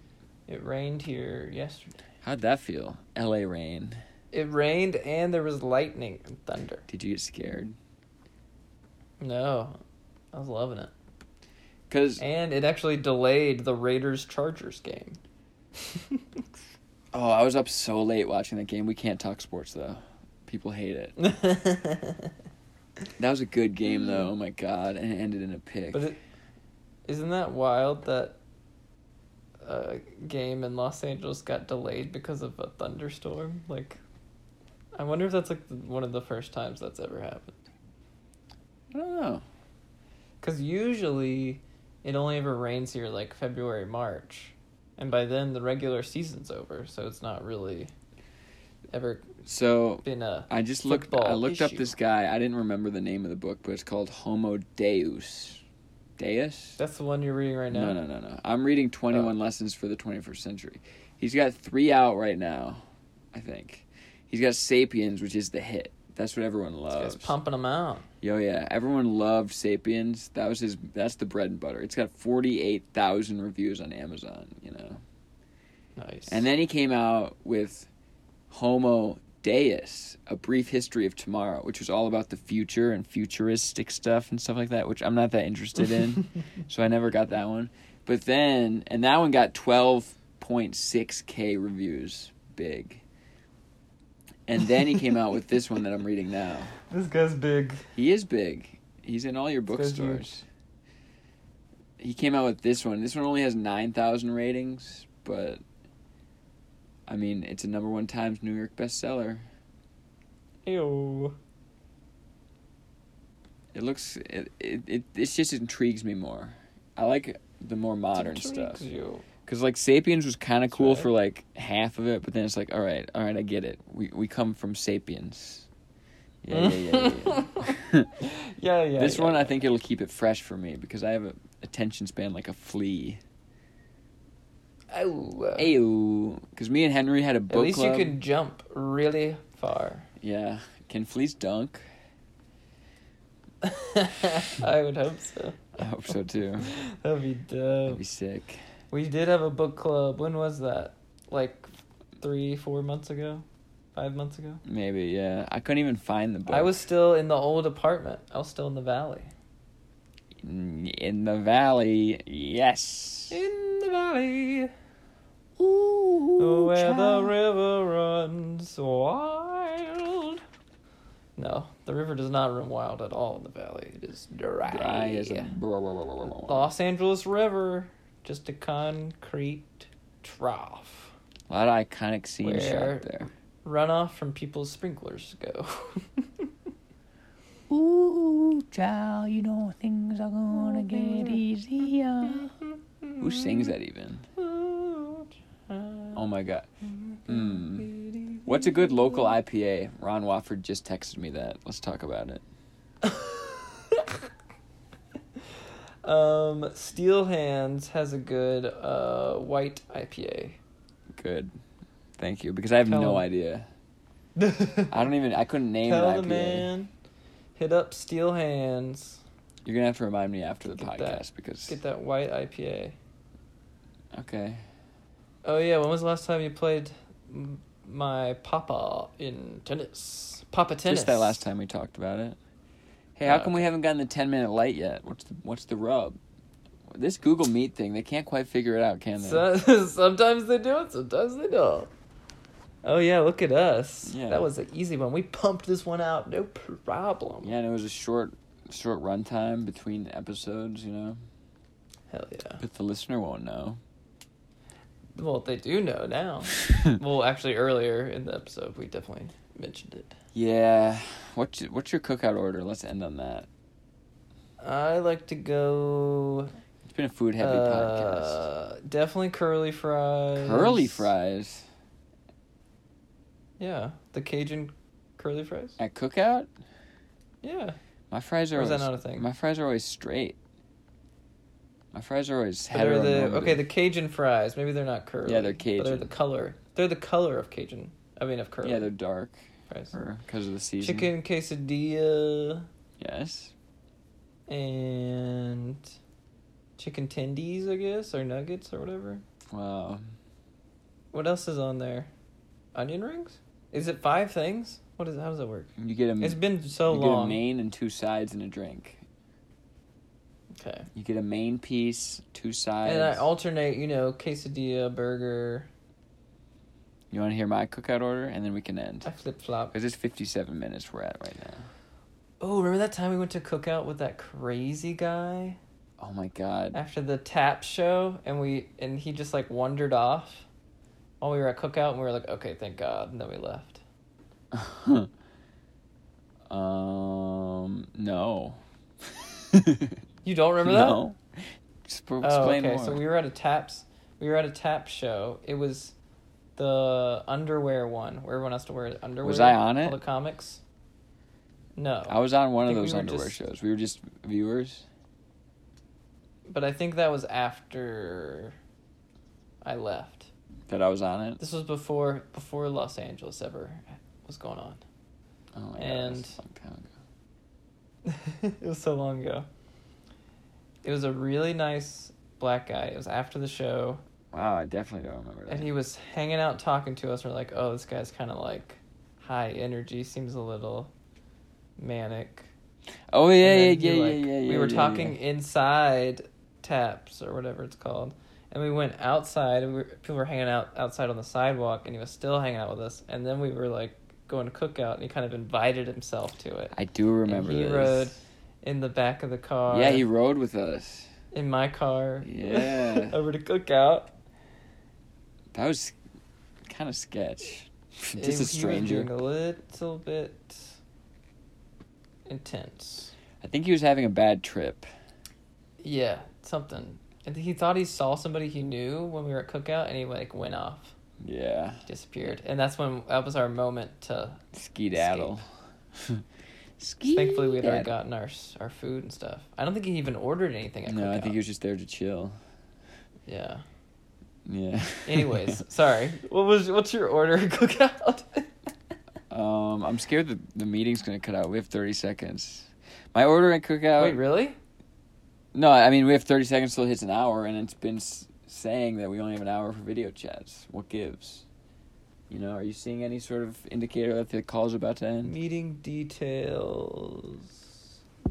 It rained here yesterday.
How'd that feel? LA rain.
It rained and there was lightning and thunder.
Did you get scared?
No, I was loving it.
Because,
And it actually delayed the Raiders Chargers game.
oh, I was up so late watching that game. We can't talk sports, though. People hate it.
but
That was a good game, though. Oh, my God. And it ended in a pick.
Hmm. it, isn't that wild that a game in Los Angeles got delayed because of a thunderstorm? Like, I wonder if that's like the- one of the first times that's ever happened.
I don't know.
Because usually it only ever rains here like February, March. And by then the regular season's over, so it's not really ever
So,
been a.
I just looked. I
football
looked up
issue.
this guy. I didn't remember the name of the book, but it's called Homo Deus. Deus?
That's the one you're reading right now? Oh.
No, no, no, no. I'm reading Twenty One Lessons for the Twenty First Century. He's got three out right now, I think. He's got Sapiens, which is the hit. That's what everyone
This
loves.
guy's pumping them out.
Yo, yeah, everyone loved Sapiens. That was his. That's the bread and butter. It's got forty eight thousand reviews on Amazon. You know.
Nice.
And then he came out with Homo Deus, A Brief History of Tomorrow, which was all about the future and futuristic stuff and stuff like that, which I'm not that interested in. so I never got that one. But then, and that one got 12.6K reviews. Big. And then he came out with this one that I'm reading now.
This guy's big.
He is big. He's in all your
This guy's huge.
bookstores. He came out with this one. This one only has 9,000 ratings, but I mean, it's a number one Times New York bestseller.
Ew.
It looks it it, it it's just intrigues me more. I like the more modern
Intrigues
stuff.
You.
Cuz like Sapiens was kind of
That's
cool
right.
for like half of it, but then it's like, all right, all right, I get it. We we come from Sapiens. Yeah, yeah, yeah, yeah. yeah.
Yeah, yeah.
this
yeah,
one, I
yeah.
think it'll keep it fresh for me because I have a attention span like a flea.
Ew.
Ew. Because me and Henry had a
Uh. At
book
least
club.
you can jump really far.
Yeah. Can fleas dunk?
I would hope so.
I hope so too.
Uh, That'd be
That'd
dope.
be sick.
We did have a book club. When was that? Like three, four months ago? five months ago.
Maybe, yeah. I couldn't even find the book.
I was still in the old apartment. I was still in the valley.
in in the valley. Yes.
In the valley,
Ooh,
where the
child.
river runs wild. No, the river does not run wild at all in the valley. It is dry.
Dry as a
Los Angeles River, just a concrete trough.
A lot of iconic scene
Where-
shot there.
Runoff from people's sprinklers go.
Ooh, child, you know things are gonna get easier. Who sings that even? Oh my god. Mm. What's a good local IPA? Ron Wofford just texted me that. Let's talk about it.
um, Steel Hands has a good uh, white IPA.
Good. Thank you, because I have
Tell
no
him.
idea. I don't even. I couldn't name
Tell
an
the
IPA.
man, hit up Steel Hands.
You're gonna have to remind me after the
Get
podcast
that.
because.
Get that white IPA.
Okay.
Oh yeah, when was the last time you played m- my papa in tennis? Papa tennis.
Just that last time we talked about it. Hey,
Ah,
how come we haven't gotten the ten minute light yet? What's the What's the rub? This Google Meet thing, they can't quite figure it out, can they?
So, sometimes they do it, sometimes they don't. Oh yeah, look at us.
Yeah.
That was an easy one. We pumped this one out, no problem.
yeah, and it was a short short runtime between episodes, you know.
Hell yeah.
But the listener won't know.
Well, they do know now. well, actually, earlier in the episode, we definitely mentioned it.
yeah. What's your, What's your cookout order? Let's end on that.
I like to go.
It's been a food heavy podcast.
uh, Definitely curly fries.
Curly fries
Yeah, the Cajun curly fries.
at cookout.
Yeah,
My fries are
Or is that
always,
not a thing?
My fries are always straight. My fries are always
But they're
heteronormative.
the okay the Cajun fries. Maybe they're not curly.
Yeah, they're
But they're
Cajun.
the color. They're the color of Cajun. I mean, of curly
yeah, they're dark
fries.
because of the season.
Chicken quesadilla
Yes.
and chicken tendies, I guess, or nuggets or whatever.
Wow.
What else is on there? Onion rings? Is it five things? What is? How does that work?
You get a
It's been so
you get a
long.
main and two sides and a drink.
Okay.
You get a main piece, two sides.
And I alternate, you know, quesadilla, burger.
you want to hear my cookout order, and then we can end
I flip flop.
because it's fifty-seven minutes we're at right now.
Oh, remember that time we went to cookout with that crazy guy
Oh my god.
after the tap show, and we and he just like wandered off while we were at cookout, and we were like, okay, thank God, and then we left. Eh.
um. No.
You don't remember that?
no. Sp-
Oh,
explain
okay.
more.
So we were at a taps. We were at a tap show. It was the underwear one where everyone has to wear underwear.
Was I on
All
it?
the comics. No,
I was on one of
oh. think we
those
were
underwear
just-
shows. We were just viewers.
but I think that was after I left.
That I was on it.
This was before before Los Angeles ever was going on.
Oh my god,
And-
that's a long time ago.
it was so long ago. It was a really nice black guy. It was after the show.
Wow, I definitely don't remember that.
And he was hanging out talking to us. We're like, oh, this guy's kind of like high energy, seems a little manic.
oh yeah, yeah,
And
yeah,
then
yeah,
he, like-
yeah, yeah.
We were
yeah,
talking
yeah.
inside taps or whatever it's called. And we went outside and we were, people were hanging out outside on the sidewalk and he was still hanging out with us. And then we were like going to cookout and he kind of invited himself to it
I do remember.
he
this.
rode in the back of the car.
Yeah, he rode with us.
in my car.
Yeah.
over to cookout.
That was kind of sketch.
It-
just a
He was being
stranger.
a little bit intense.
I think he was having a bad trip.
Yeah, something. I think he thought he saw somebody he knew when we were at cookout, and he like went off,
Yeah,
disappeared, and that's when that was our moment to.
skedaddle. Ski.
Thankfully, we had already gotten our s- our food and stuff. I don't think he even ordered anything at
No,
cookout.
I think he was just there to chill.
Yeah.
Yeah.
Anyways, sorry. What was what's your order at cookout?
Um, I'm scared the the meeting's gonna cut out. We have 30 seconds. My order at cookout.
Wait, really?
No, I mean we have 30 seconds till it hits an hour, and it's been s- saying that we only have an hour for video chats. What gives? You know, are you seeing any sort of indicator that the call's about to end?
Meeting details.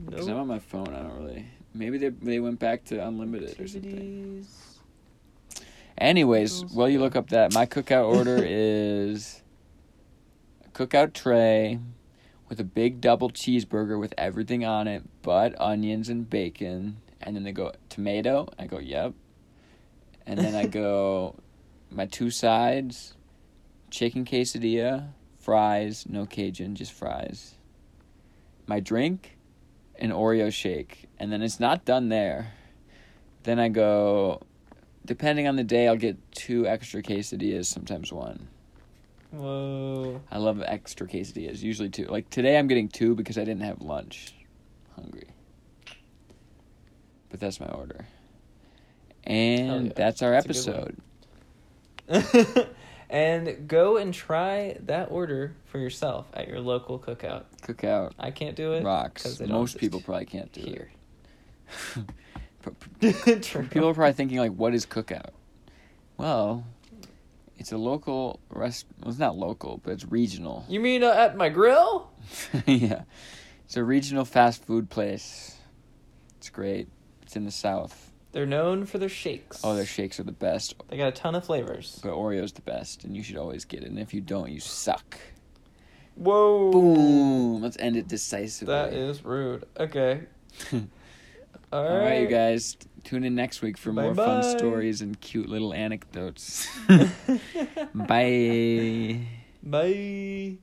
Because I'm on my phone. I don't really. Maybe they they went back to unlimited or something.
Activities.
Anyways, while you look up that, my cookout order is a cookout tray with a big double cheeseburger with everything on it but onions and bacon. And then they go tomato. I go, yep. And then I go my two sides, chicken quesadilla, fries, no Cajun, just fries. My drink, an Oreo shake. And then it's not done there. Then I go depending on the day, I'll get two extra quesadillas, sometimes one.
Whoa.
I love extra quesadillas, usually two. Like today, I'm getting two because I didn't have lunch. Hungry. But that's my order. And
yeah.
that's our
That's a good one.
episode.
and go and try that order for yourself at your local cookout.
Cookout
I can't do it. because
rocks.
they don't
Most
exist
people probably can't do
here.
it. P- p-
True.
people are probably thinking, like, what is cookout? Well, it's a local rest. Well, it's not local, but it's regional.
You mean uh, at my grill?
yeah. It's a regional fast food place. It's great. It's in the south.
They're known for their shakes.
Oh, their shakes are the best,
They got a ton of flavors.
but Oreo's the best, and you should always get it. And if you don't, you suck.
Whoa.
Boom! Let's end it decisively.
That is rude. Okay. All right.
All right, you guys. Tune in next week for more fun
Bye-bye.
stories and cute little anecdotes. Bye.
Bye.